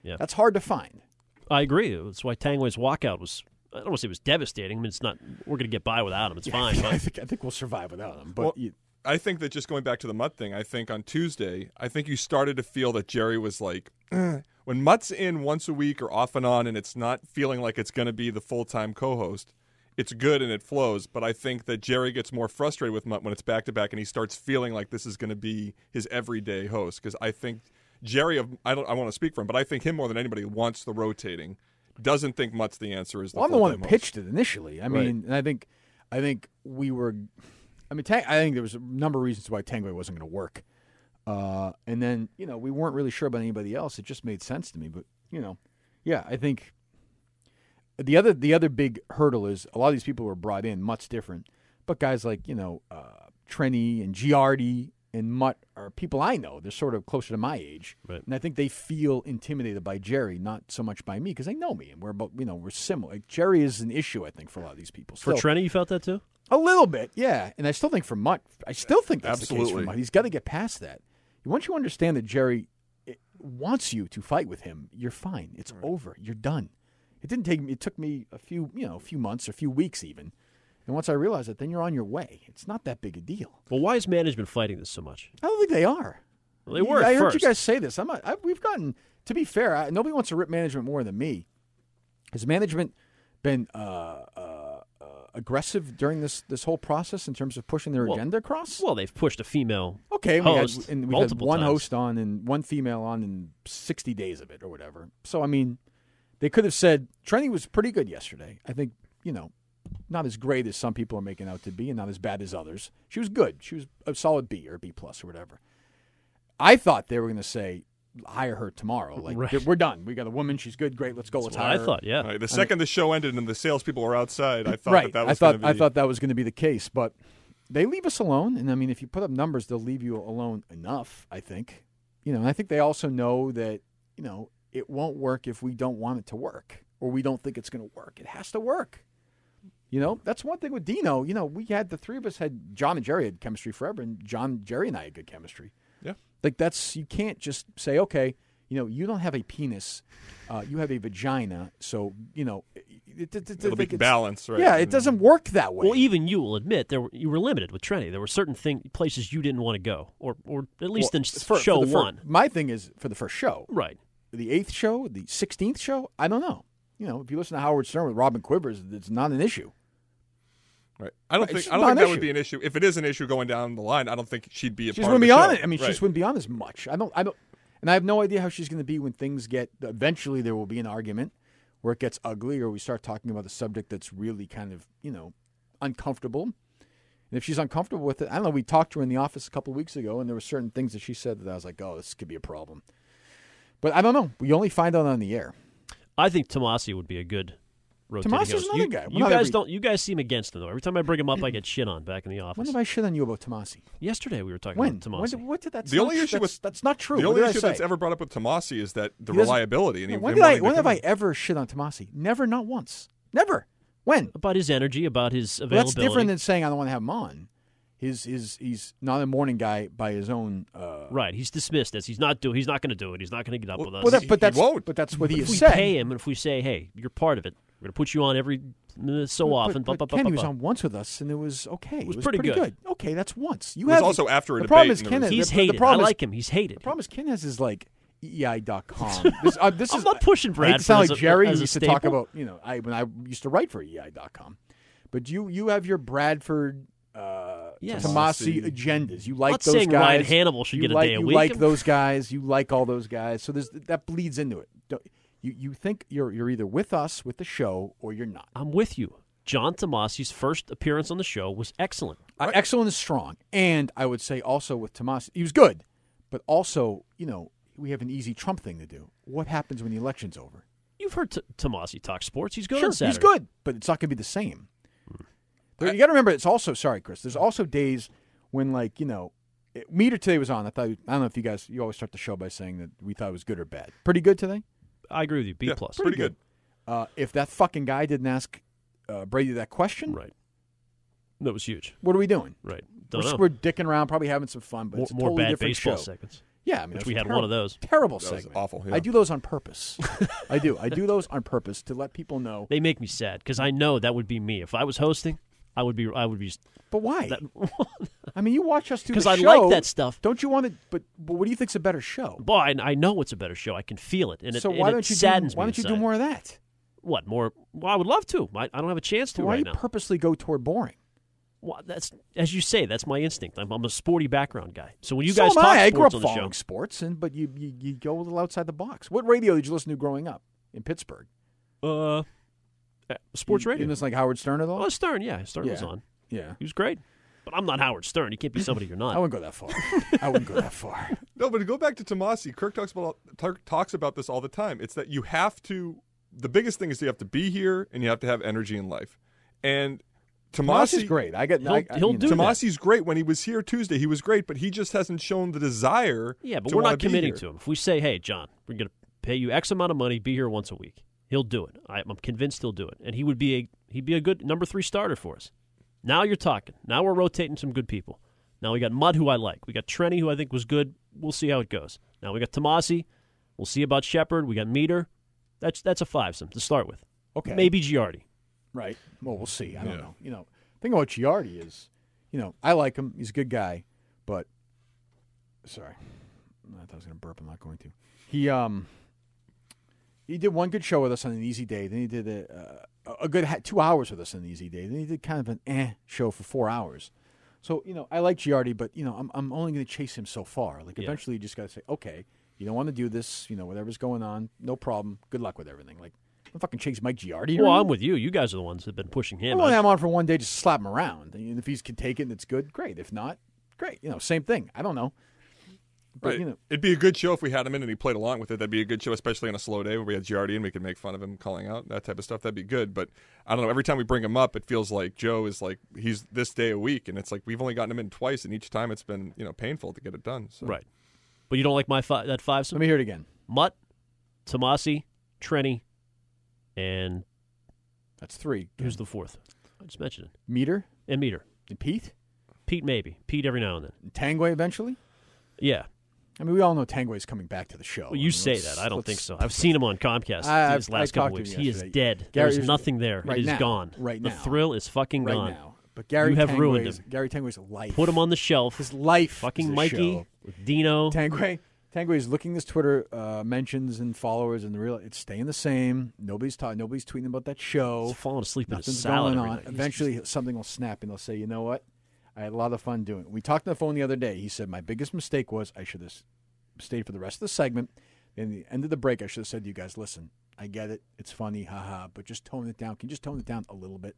Speaker 3: Yeah.
Speaker 2: that's hard to find.
Speaker 3: I agree. That's why Tangway's walkout was. I don't want to say it was devastating. I mean, it's not. We're going to get by without him. It's fine.
Speaker 2: I
Speaker 3: But
Speaker 2: think I think we'll survive without him. But
Speaker 4: Well-
Speaker 2: you,
Speaker 4: I think that just going back to the Mutt thing, I think on Tuesday, I think you started to feel that Jerry was like, "Eh." when Mutt's in once a week or off and on, and it's not feeling like it's going to be the full time co host, it's good and it flows. But I think that Jerry gets more frustrated with Mutt when it's back to back and he starts feeling like this is going to be his everyday host. Because I think Jerry, of- I don't I want to speak for him, but I think him more than anybody wants the rotating, doesn't think Mutt's the answer. Is the
Speaker 2: well, I'm the one that
Speaker 4: full-time host.
Speaker 2: pitched it initially. I mean, and I think I think we were. I mean, Tang, I think there was a number of reasons why Tangway wasn't going to work. Uh, and then you know we weren't really sure about anybody else. It just made sense to me. But you know, yeah, I think the other the other big hurdle is a lot of these people were brought in much different, but guys like you know uh, Trenny and Giardi and Mutt are people I know. They're sort of closer to my age,
Speaker 3: Right.
Speaker 2: and I think they feel intimidated by Jerry, not so much by me because they know me and we're about you know we're similar. Like, Jerry is an issue I think for a lot of these people.
Speaker 3: for
Speaker 2: Still,
Speaker 3: Trenny, you felt that too.
Speaker 2: a little bit, yeah. And I still think for Mutt, I still think that's the case for
Speaker 4: Absolutely.
Speaker 2: Mutt. He's got to get past that. Once you understand that Jerry eh, wants you to fight with him, you're fine. It's over. You're done. It didn't take me. It took me a few, you know, a few months, a few weeks even. And once I realized that, then you're on your way. It's not that big a deal.
Speaker 3: Well, why is management fighting this so much?
Speaker 2: I don't think they are.
Speaker 3: Well, they were
Speaker 2: I
Speaker 3: at
Speaker 2: heard
Speaker 3: first.
Speaker 2: you guys say this. I'm. Not, I, we've gotten. To be fair, I, nobody wants to rip management more than me. Has management been uh, uh, uh, aggressive during this this whole process in terms of pushing their
Speaker 3: Well-
Speaker 2: agenda across?
Speaker 3: Well, they've pushed a female.
Speaker 2: okay, we had,
Speaker 3: host
Speaker 2: and we had
Speaker 3: multiple
Speaker 2: one
Speaker 3: times.
Speaker 2: host on and one female on in 60 days of it or whatever. So I mean, they could have said Trenny was pretty good yesterday. I think you know, not as great as some people are making out to be, and not as bad as others. She was good. She was a solid B or B plus or whatever. I thought they were going to say hire her tomorrow. Like
Speaker 3: Right.
Speaker 2: we're done. We got a woman. She's good. Great. Let's go. let's
Speaker 3: That's what
Speaker 2: hire.
Speaker 3: I
Speaker 2: her.
Speaker 3: thought. Yeah.
Speaker 4: All right, the second the show ended and the salespeople were outside, I thought
Speaker 2: right.
Speaker 4: that, that
Speaker 2: I
Speaker 4: was
Speaker 2: thought
Speaker 4: gonna
Speaker 2: I
Speaker 4: be,
Speaker 2: thought that was going to be the case, but they leave us alone. And I mean, if you put up numbers, they'll leave you alone enough. I think, you know. And I think they also know that you know it won't work if we don't want it to work or we don't think it's going to work. It has to work. You know, that's one thing with Dino. You know, we had the three of us had John and Jerry had chemistry forever, and John, Jerry, and I had good chemistry.
Speaker 4: Yeah.
Speaker 2: Like that's you can't just say okay, you know, you don't have a penis, uh, you have a vagina, so you know, it, it, it,
Speaker 4: it'll be
Speaker 2: like it's-
Speaker 4: balance, right? Mm-hmm.
Speaker 2: yeah, it
Speaker 4: And-
Speaker 2: doesn't work that way.
Speaker 3: Well, even you will admit there were, you were limited with Trenny. There were certain thing, places you didn't want to go, or or at least
Speaker 2: Well,
Speaker 3: in s-
Speaker 2: for-
Speaker 3: show
Speaker 2: for the fir-
Speaker 3: one.
Speaker 2: my thing is for the first show,
Speaker 3: Right.
Speaker 2: the eighth show, the sixteenth show. I don't know. You know, if you listen to Howard Stern with Robin Quivers, it's not an issue.
Speaker 4: Right. I don't
Speaker 2: It's
Speaker 4: think
Speaker 2: just
Speaker 4: I don't
Speaker 2: not
Speaker 4: think
Speaker 2: an
Speaker 4: that would
Speaker 2: issue.
Speaker 4: be an issue. If it is an issue going down the line, I don't think she'd be a
Speaker 2: She just
Speaker 4: part of
Speaker 2: wouldn't
Speaker 4: the
Speaker 2: be on
Speaker 4: show.
Speaker 2: it. I mean, she
Speaker 4: Right.
Speaker 2: just wouldn't be on as much. I don't. I don't. And I have no idea how she's going to be when things get. Eventually, there will be an argument where it gets ugly, or we start talking about a subject that's really kind of you know uncomfortable. And if she's uncomfortable with it, I don't know. We talked to her in the office a couple of weeks ago, and there were certain things that she said that I was like, "Oh, this could be a problem." But I don't know. We only find out on the air.
Speaker 3: I think Tomasi would be a good rotating
Speaker 2: Tomasi's
Speaker 3: host.
Speaker 2: another
Speaker 3: you,
Speaker 2: guy. Well,
Speaker 3: you
Speaker 2: not
Speaker 3: guys
Speaker 2: every-
Speaker 3: don't. You guys seem against him though. Every time I bring him up, I get shit on back in the
Speaker 2: When
Speaker 3: office.
Speaker 2: did I shit on you about Tomasi?
Speaker 3: Yesterday we were talking
Speaker 2: When?
Speaker 3: about
Speaker 2: When
Speaker 3: Tomasi.
Speaker 2: did- what did that?
Speaker 4: The only issue
Speaker 2: that's,
Speaker 4: with-
Speaker 2: that's not true.
Speaker 4: The
Speaker 2: What
Speaker 4: only
Speaker 2: did I
Speaker 4: issue that's
Speaker 2: say?
Speaker 4: ever brought up with Tomasi is that the
Speaker 2: He doesn't-
Speaker 4: reliability. And he,
Speaker 2: when
Speaker 4: him
Speaker 2: did I?
Speaker 4: wanting to
Speaker 2: When have
Speaker 4: come
Speaker 2: I ever shit on Tomasi? Never, not once. Never. When?
Speaker 3: about his energy, about his
Speaker 2: Well,
Speaker 3: availability.
Speaker 2: that's different than saying I don't want to have him on. His, his, he's not a morning guy by his own. Uh,
Speaker 3: right. He's dismissed as he's not do. He's not going to do it. He's not going to get up
Speaker 4: Well-
Speaker 3: with us.
Speaker 2: well, that,
Speaker 4: he-
Speaker 2: but
Speaker 4: he
Speaker 2: that's
Speaker 4: won't.
Speaker 2: but that's what
Speaker 3: if
Speaker 2: he
Speaker 3: we
Speaker 2: said.
Speaker 3: pay him and if we say, hey, you're part of it, we're going to put you on every uh, so
Speaker 2: But-
Speaker 3: often.
Speaker 2: but,
Speaker 3: Bah, bah,
Speaker 2: but
Speaker 3: bah,
Speaker 2: Ken
Speaker 3: bah,
Speaker 2: was
Speaker 3: bah.
Speaker 2: on once with us, and it was okay. It
Speaker 3: was pretty good.
Speaker 2: Okay, that's once. You
Speaker 4: It was
Speaker 2: have
Speaker 4: also after a
Speaker 2: the problem
Speaker 4: debate
Speaker 2: is
Speaker 4: and
Speaker 2: Ken.
Speaker 4: there was-
Speaker 2: has-
Speaker 3: He's
Speaker 2: the,
Speaker 3: hated.
Speaker 2: The problem
Speaker 3: I
Speaker 2: is-
Speaker 3: like him. He's hated.
Speaker 2: The problem is Ken has his like E EI.com. This, uh, this
Speaker 3: I'm
Speaker 2: is
Speaker 3: not pushing
Speaker 2: I hate
Speaker 3: Brad
Speaker 2: to sound
Speaker 3: for
Speaker 2: like
Speaker 3: as a-
Speaker 2: Jerry
Speaker 3: as a
Speaker 2: used to talk
Speaker 3: staple.
Speaker 2: about. You know, I when I used to write for EI.com, but you you have your Bradford. Uh,
Speaker 3: Yes.
Speaker 2: Tomasi
Speaker 4: Tomasi.
Speaker 2: agendas. You like
Speaker 3: not
Speaker 2: those
Speaker 3: saying
Speaker 2: guys.
Speaker 3: Ryan Hannibal should
Speaker 2: you
Speaker 3: get a
Speaker 2: like,
Speaker 3: day a
Speaker 2: you
Speaker 3: week.
Speaker 2: like those guys. You like all those guys. So there's that bleeds into it. Don't- you you think you're you're either with us with the show or you're not.
Speaker 3: I'm with you. John Tomasi's first appearance on the show was excellent.
Speaker 2: Uh, excellent is strong, and I would say also with Tomasi, he was good, but also you know we have an easy Trump thing to do. What happens when the election's over?
Speaker 3: You've heard T- Tomasi talk sports. He's good
Speaker 2: sure,
Speaker 3: on Saturday. Hmm.
Speaker 2: he's good, but it's not going to be the same. There- you got to remember, it's also sorry, Chris. There's also days when like you know, it, meter today was on. I thought I don't know if you guys you always start the show by saying that we thought it was good or bad. Pretty good today.
Speaker 3: I agree with you. B
Speaker 4: Yeah,
Speaker 3: plus.
Speaker 4: pretty good.
Speaker 2: Uh, if that fucking guy didn't ask uh, Brady that question,
Speaker 3: Right. That was huge.
Speaker 2: what are we doing?
Speaker 3: Right.
Speaker 2: We're,
Speaker 3: Don't know.
Speaker 2: we're dicking around, probably having some fun, but
Speaker 3: more
Speaker 2: it's a
Speaker 3: more
Speaker 2: totally
Speaker 3: bad
Speaker 2: different
Speaker 3: baseball
Speaker 2: show.
Speaker 3: segments.
Speaker 2: Yeah, I mean,
Speaker 3: Which
Speaker 2: that's
Speaker 3: we
Speaker 2: a
Speaker 3: had
Speaker 2: terrib-
Speaker 3: one of those.
Speaker 2: Terrible
Speaker 4: That was
Speaker 2: segment.
Speaker 4: awful, yeah.
Speaker 2: I do those on purpose. I do. I do those on purpose to let people know.
Speaker 3: They make me sad because I know that would be me if I was hosting. I would be. I would be.
Speaker 2: But why?
Speaker 3: That,
Speaker 2: I mean, you watch us do the
Speaker 3: 'Cause I
Speaker 2: show.
Speaker 3: like that stuff.
Speaker 2: Don't you want to? But, but what do you think's a better show?
Speaker 3: boy, I, I know it's a better show. I can feel it, and it,
Speaker 2: so
Speaker 3: and
Speaker 2: why
Speaker 3: it
Speaker 2: don't you
Speaker 3: saddens
Speaker 2: do, Why
Speaker 3: me
Speaker 2: don't you do
Speaker 3: inside.
Speaker 2: more of that?
Speaker 3: What more? Well, I would love to. I, I don't have a chance to
Speaker 2: why
Speaker 3: right
Speaker 2: you
Speaker 3: now.
Speaker 2: purposely go toward boring?
Speaker 3: Well, that's as you say. That's my instinct. I'm, I'm a sporty background guy. So when you
Speaker 2: so
Speaker 3: guys
Speaker 2: am
Speaker 3: talk
Speaker 2: I. I grew up
Speaker 3: sports on the show,
Speaker 2: following sports, and but you, you you go a little outside the box. What radio did you listen to growing up in Pittsburgh?
Speaker 3: uh, uh, sports
Speaker 2: you,
Speaker 3: radio.
Speaker 2: You listen like Howard Stern at all?
Speaker 3: Oh, Stern. Yeah, Stern was
Speaker 2: Yeah.
Speaker 3: on.
Speaker 2: yeah.
Speaker 3: He was great. But I'm not Howard Stern. You can't be somebody you're
Speaker 2: I
Speaker 3: not.
Speaker 2: wouldn't go that far. I wouldn't go that far.
Speaker 4: No, but to go back to Tomasi, Kirk talks about Kirk talks about this all the time. It's that you have to. The biggest thing is you have to be here and you have to have energy in life. And
Speaker 2: Moss is
Speaker 4: Tomasi,
Speaker 2: great. I get.
Speaker 3: He'll-
Speaker 2: I, I,
Speaker 3: he'll
Speaker 2: you know.
Speaker 3: do that.
Speaker 4: Tomasi's great. When he was here Tuesday, he was great, but he just hasn't shown the desire.
Speaker 3: yeah, but
Speaker 4: to
Speaker 3: we're
Speaker 4: wanna
Speaker 3: not
Speaker 4: be
Speaker 3: committing
Speaker 4: here.
Speaker 3: to him. If we say, "Hey, John, we're going to pay you X amount of money, be here once a week," he'll do it. I, I'm convinced he'll do it, and he would be a he'd be a good number three starter for us. Now you're talking. Now we're rotating some good people. Now we got Mudd, who I like. We got Trenny, who I think was good. We'll see how it goes. Now we got Tomasi. We'll see about Shepard. We got Meter. That's that's a fivesome to start with.
Speaker 2: Okay.
Speaker 3: Maybe Giardi.
Speaker 2: Right. Well, we'll see. I don't
Speaker 4: Yeah.
Speaker 2: know. You know, thing about Giardi is, you know, I like him. He's a good guy, but sorry, I thought I was going to burp. I'm not going to. He um, he did one good show with us on an easy day. Then he did a, a- a good ha- two hours with us on Easy Day. Then he did kind of an eh show for four hours. So you know, I like Giardi, but you know, I'm I'm only going to chase him so far. Like
Speaker 3: Yeah.
Speaker 2: eventually, you just got to say, okay, you don't want to do this. You know, whatever's going on, no problem. Good luck with everything. Like, I'm fucking chase Mike Giardi.
Speaker 3: Well,
Speaker 2: around.
Speaker 3: I'm with you. You guys are the ones that have been pushing
Speaker 2: I
Speaker 3: him.
Speaker 2: want
Speaker 3: I-
Speaker 2: him on for one day, just slap him around. And if he can take it and it's good, great. If not, great. You know, same thing. I don't know. But
Speaker 4: Right.
Speaker 2: you know,
Speaker 4: It'd be a good show if we had him in and he played along with it. That'd be a good show, especially on a slow day where we had Giardi and we could make fun of him calling out that type of stuff. That'd be good. But I don't know. Every time we bring him up, it feels like Joe is like he's this day a week, and it's like we've only gotten him in twice, and each time it's been you know painful to get it done. So.
Speaker 3: right. But you don't like my fi- that five?
Speaker 2: let me hear it again.
Speaker 3: Mutt, Tomasi, Trenny, and
Speaker 2: That's three.
Speaker 3: who's the fourth? I just mentioned it.
Speaker 2: Meter
Speaker 3: And Meter.
Speaker 2: and Pete
Speaker 3: Pete, maybe. Pete every now and then.
Speaker 2: and Tangway eventually.
Speaker 3: Yeah.
Speaker 2: I mean, we all know Tangway's coming back to the show.
Speaker 3: Well,
Speaker 2: I mean,
Speaker 3: you say
Speaker 2: let's-
Speaker 3: that. I don't
Speaker 2: let's-
Speaker 3: think so. I've seen him on Comcast
Speaker 2: I-
Speaker 3: these
Speaker 2: I've-
Speaker 3: last
Speaker 2: I talked
Speaker 3: couple
Speaker 2: to
Speaker 3: weeks.
Speaker 2: him
Speaker 3: He is
Speaker 2: yesterday.
Speaker 3: dead.
Speaker 2: Gary,
Speaker 3: There's
Speaker 2: is-
Speaker 3: nothing there.
Speaker 2: right
Speaker 3: it is
Speaker 2: now,
Speaker 3: gone.
Speaker 2: right
Speaker 3: The
Speaker 2: now.
Speaker 3: thrill is fucking
Speaker 2: right
Speaker 3: gone.
Speaker 2: now. But Gary,
Speaker 3: You have ruined
Speaker 2: Tangway's-
Speaker 3: him.
Speaker 2: Gary Tangway's life.
Speaker 3: Put him on the shelf.
Speaker 2: his life. is
Speaker 3: fucking
Speaker 2: the
Speaker 3: Mikey,
Speaker 2: show.
Speaker 3: Dino.
Speaker 2: Tangway. Tangway is looking this Twitter uh, mentions and followers and the real. It's staying the same. Nobody's talking. Nobody's tweeting about that show.
Speaker 3: He's falling asleep in his
Speaker 2: Nothing's
Speaker 3: salad.
Speaker 2: going
Speaker 3: every
Speaker 2: on.
Speaker 3: night. He's
Speaker 2: Eventually, something will snap, and they'll say, "You know what? I had a lot of fun doing." it. We talked on the phone the other day. He said my biggest mistake was I should have s- stayed for the rest of the segment. In the end of the break, I should have said to you guys, "Listen, I get it. It's funny, haha, but just tone it down. Can you just tone it down a little bit?"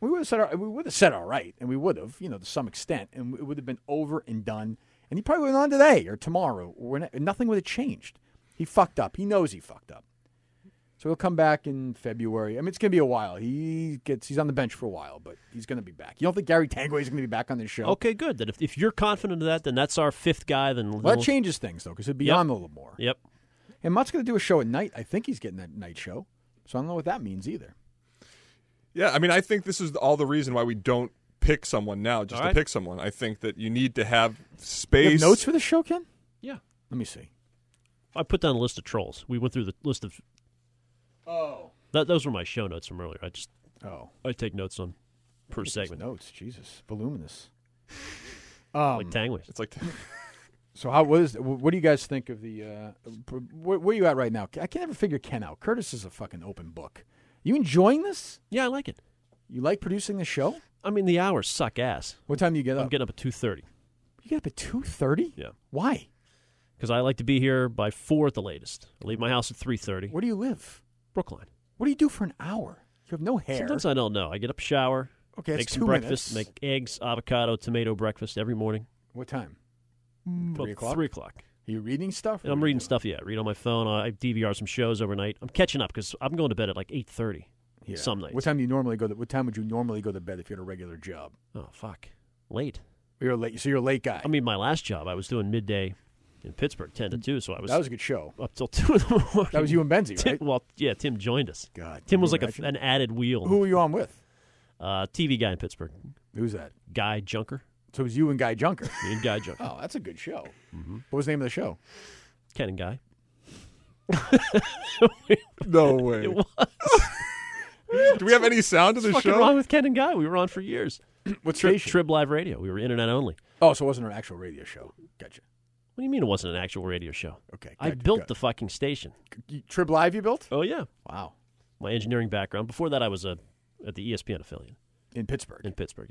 Speaker 2: We would have said all- we would have said all right, and we would have, you know, to some extent, and it would have been over and done. And he probably went on today or tomorrow, or when- nothing would have changed. He fucked up. He knows he fucked up. So he'll come back in February. I mean, it's going to be a while. He gets he's on the bench for a while, but he's going to be back. You don't think Gary Tangway is going to be back on this show?
Speaker 3: Okay, good. Then if, if you're confident of that, then that's our fifth guy. Then
Speaker 2: Well,
Speaker 3: then
Speaker 2: that changes things though, because it'd be
Speaker 3: Yep.
Speaker 2: on a little more.
Speaker 3: Yep.
Speaker 2: And Mutt's going to do a show at night. I think he's getting that night show. So I don't know what that means either.
Speaker 4: Yeah, I mean, I think this is all the reason why we don't pick someone now, just
Speaker 3: All right.
Speaker 4: to pick someone. I think that you need to have
Speaker 2: You have
Speaker 4: space.
Speaker 2: notes for the show, Ken?
Speaker 3: Yeah.
Speaker 2: Let me see.
Speaker 3: I put down a list of trolls. We went through the list of.
Speaker 2: Oh.
Speaker 3: That, those were my show notes from earlier. I just
Speaker 2: Oh.
Speaker 3: I take notes on per segment.
Speaker 2: Notes. Jesus. Voluminous. Um,
Speaker 3: like Tangways.
Speaker 4: It's like
Speaker 2: so how what is what do you guys think of the uh, pr- where, where are you at right now? I can never figure Ken out. Curtis is a fucking open book. You enjoying this?
Speaker 3: Yeah, I like it.
Speaker 2: You like producing the show?
Speaker 3: I mean, the hours suck ass.
Speaker 2: What time do you get up?
Speaker 3: I'm getting up at two thirty
Speaker 2: you get up at two thirty.
Speaker 3: Yeah.
Speaker 2: Why?
Speaker 3: because I like to be here by four at the latest. I leave my house at three thirty.
Speaker 2: Where do you live?
Speaker 3: Brookline.
Speaker 2: What do you do for an hour? You have no hair.
Speaker 3: Sometimes I don't know. I get up, shower,
Speaker 2: okay, that's
Speaker 3: make some
Speaker 2: two
Speaker 3: breakfast,
Speaker 2: minutes.
Speaker 3: make eggs, avocado, tomato breakfast every morning.
Speaker 2: what time?
Speaker 3: Mm, About
Speaker 2: Mm. Three o'clock.
Speaker 3: Three o'clock.
Speaker 2: Are you reading stuff?
Speaker 3: And I'm reading stuff. Yeah, I read on my phone. I DVR some shows overnight. I'm catching up because I'm going to bed at like eight thirty.
Speaker 2: Yeah.
Speaker 3: Some nights.
Speaker 2: What time do you normally go? To, what time would you normally go to bed if you had a regular job?
Speaker 3: Oh fuck, late.
Speaker 2: You're a late. So you're a late guy.
Speaker 3: I mean, my last job I was doing midday in Pittsburgh, ten to two. So I was,
Speaker 2: that was a good show.
Speaker 3: up till two in the morning.
Speaker 2: That was you and Benzie,
Speaker 3: Tim,
Speaker 2: right?
Speaker 3: Well, yeah, Tim joined us.
Speaker 2: God, can
Speaker 3: Tim was
Speaker 2: you
Speaker 3: like a,
Speaker 2: imagine?
Speaker 3: an added wheel.
Speaker 2: Who were you on with?
Speaker 3: Uh, TV guy in Pittsburgh,
Speaker 2: Who's that?
Speaker 3: Guy Junker.
Speaker 2: So it was you and Guy Junker. Mm-hmm.
Speaker 3: Me and Guy Junker.
Speaker 2: oh, that's a good show. What was the name of the show?
Speaker 3: Ken and Guy.
Speaker 4: no way.
Speaker 3: was.
Speaker 4: Do we have any sound to
Speaker 3: What's
Speaker 4: the
Speaker 3: fucking
Speaker 4: show?
Speaker 3: wrong with Ken and Guy? We were on for years.
Speaker 2: What
Speaker 3: Tri-
Speaker 2: station?
Speaker 3: Trib Live Radio. We were internet only.
Speaker 2: Oh, so it wasn't an actual radio show. Gotcha.
Speaker 3: What do you mean it wasn't an actual radio show?
Speaker 2: Okay.
Speaker 3: I
Speaker 2: gotcha,
Speaker 3: built
Speaker 2: gotcha.
Speaker 3: the fucking station.
Speaker 2: You- Trib Live. You built?
Speaker 3: Oh yeah,
Speaker 2: Wow.
Speaker 3: my engineering background. Before that, I was a at the E ESPN affiliate
Speaker 2: In Pittsburgh. Uh-huh.
Speaker 3: in Pittsburgh.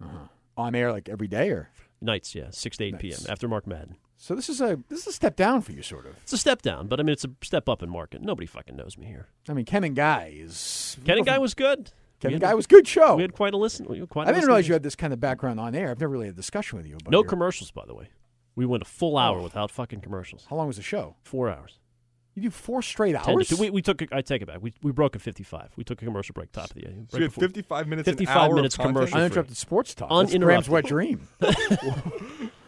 Speaker 3: Yeah,
Speaker 2: on air like every day, or
Speaker 3: nights. Yeah, six to eight p.m.
Speaker 2: Nice.
Speaker 3: after Mark Madden.
Speaker 2: so. This is a this is a step down for you, sort of.
Speaker 3: It's a step down, but I mean it's a step up in market. Nobody fucking knows me here.
Speaker 2: I mean, Ken and Guy is
Speaker 3: Ken and Guy was good.
Speaker 2: Ken
Speaker 3: We
Speaker 2: and
Speaker 3: had-
Speaker 2: Guy was good show.
Speaker 3: We had quite a listen. we had quite a
Speaker 2: Oh. I didn't
Speaker 3: listen-
Speaker 2: realize you had this kind of background on air. I've never really had a discussion with you about
Speaker 3: no
Speaker 2: your-
Speaker 3: commercials, by the way. We went a full hour
Speaker 2: Oh.
Speaker 3: without fucking commercials.
Speaker 2: How long was the show?
Speaker 3: Four hours.
Speaker 2: You do four straight
Speaker 3: Ten to
Speaker 2: hours.
Speaker 3: two. We, we took. A, I take it back. We, we broke a fifty-five. We took a commercial break. Top of the
Speaker 4: So you
Speaker 3: right
Speaker 4: had
Speaker 3: before.
Speaker 4: 55 minutes
Speaker 3: 55
Speaker 4: an hour
Speaker 3: minutes
Speaker 4: of content?
Speaker 3: commercial.
Speaker 2: Uninterrupted sports talk. That's Graham's
Speaker 3: Uninterrupted.
Speaker 2: wet dream.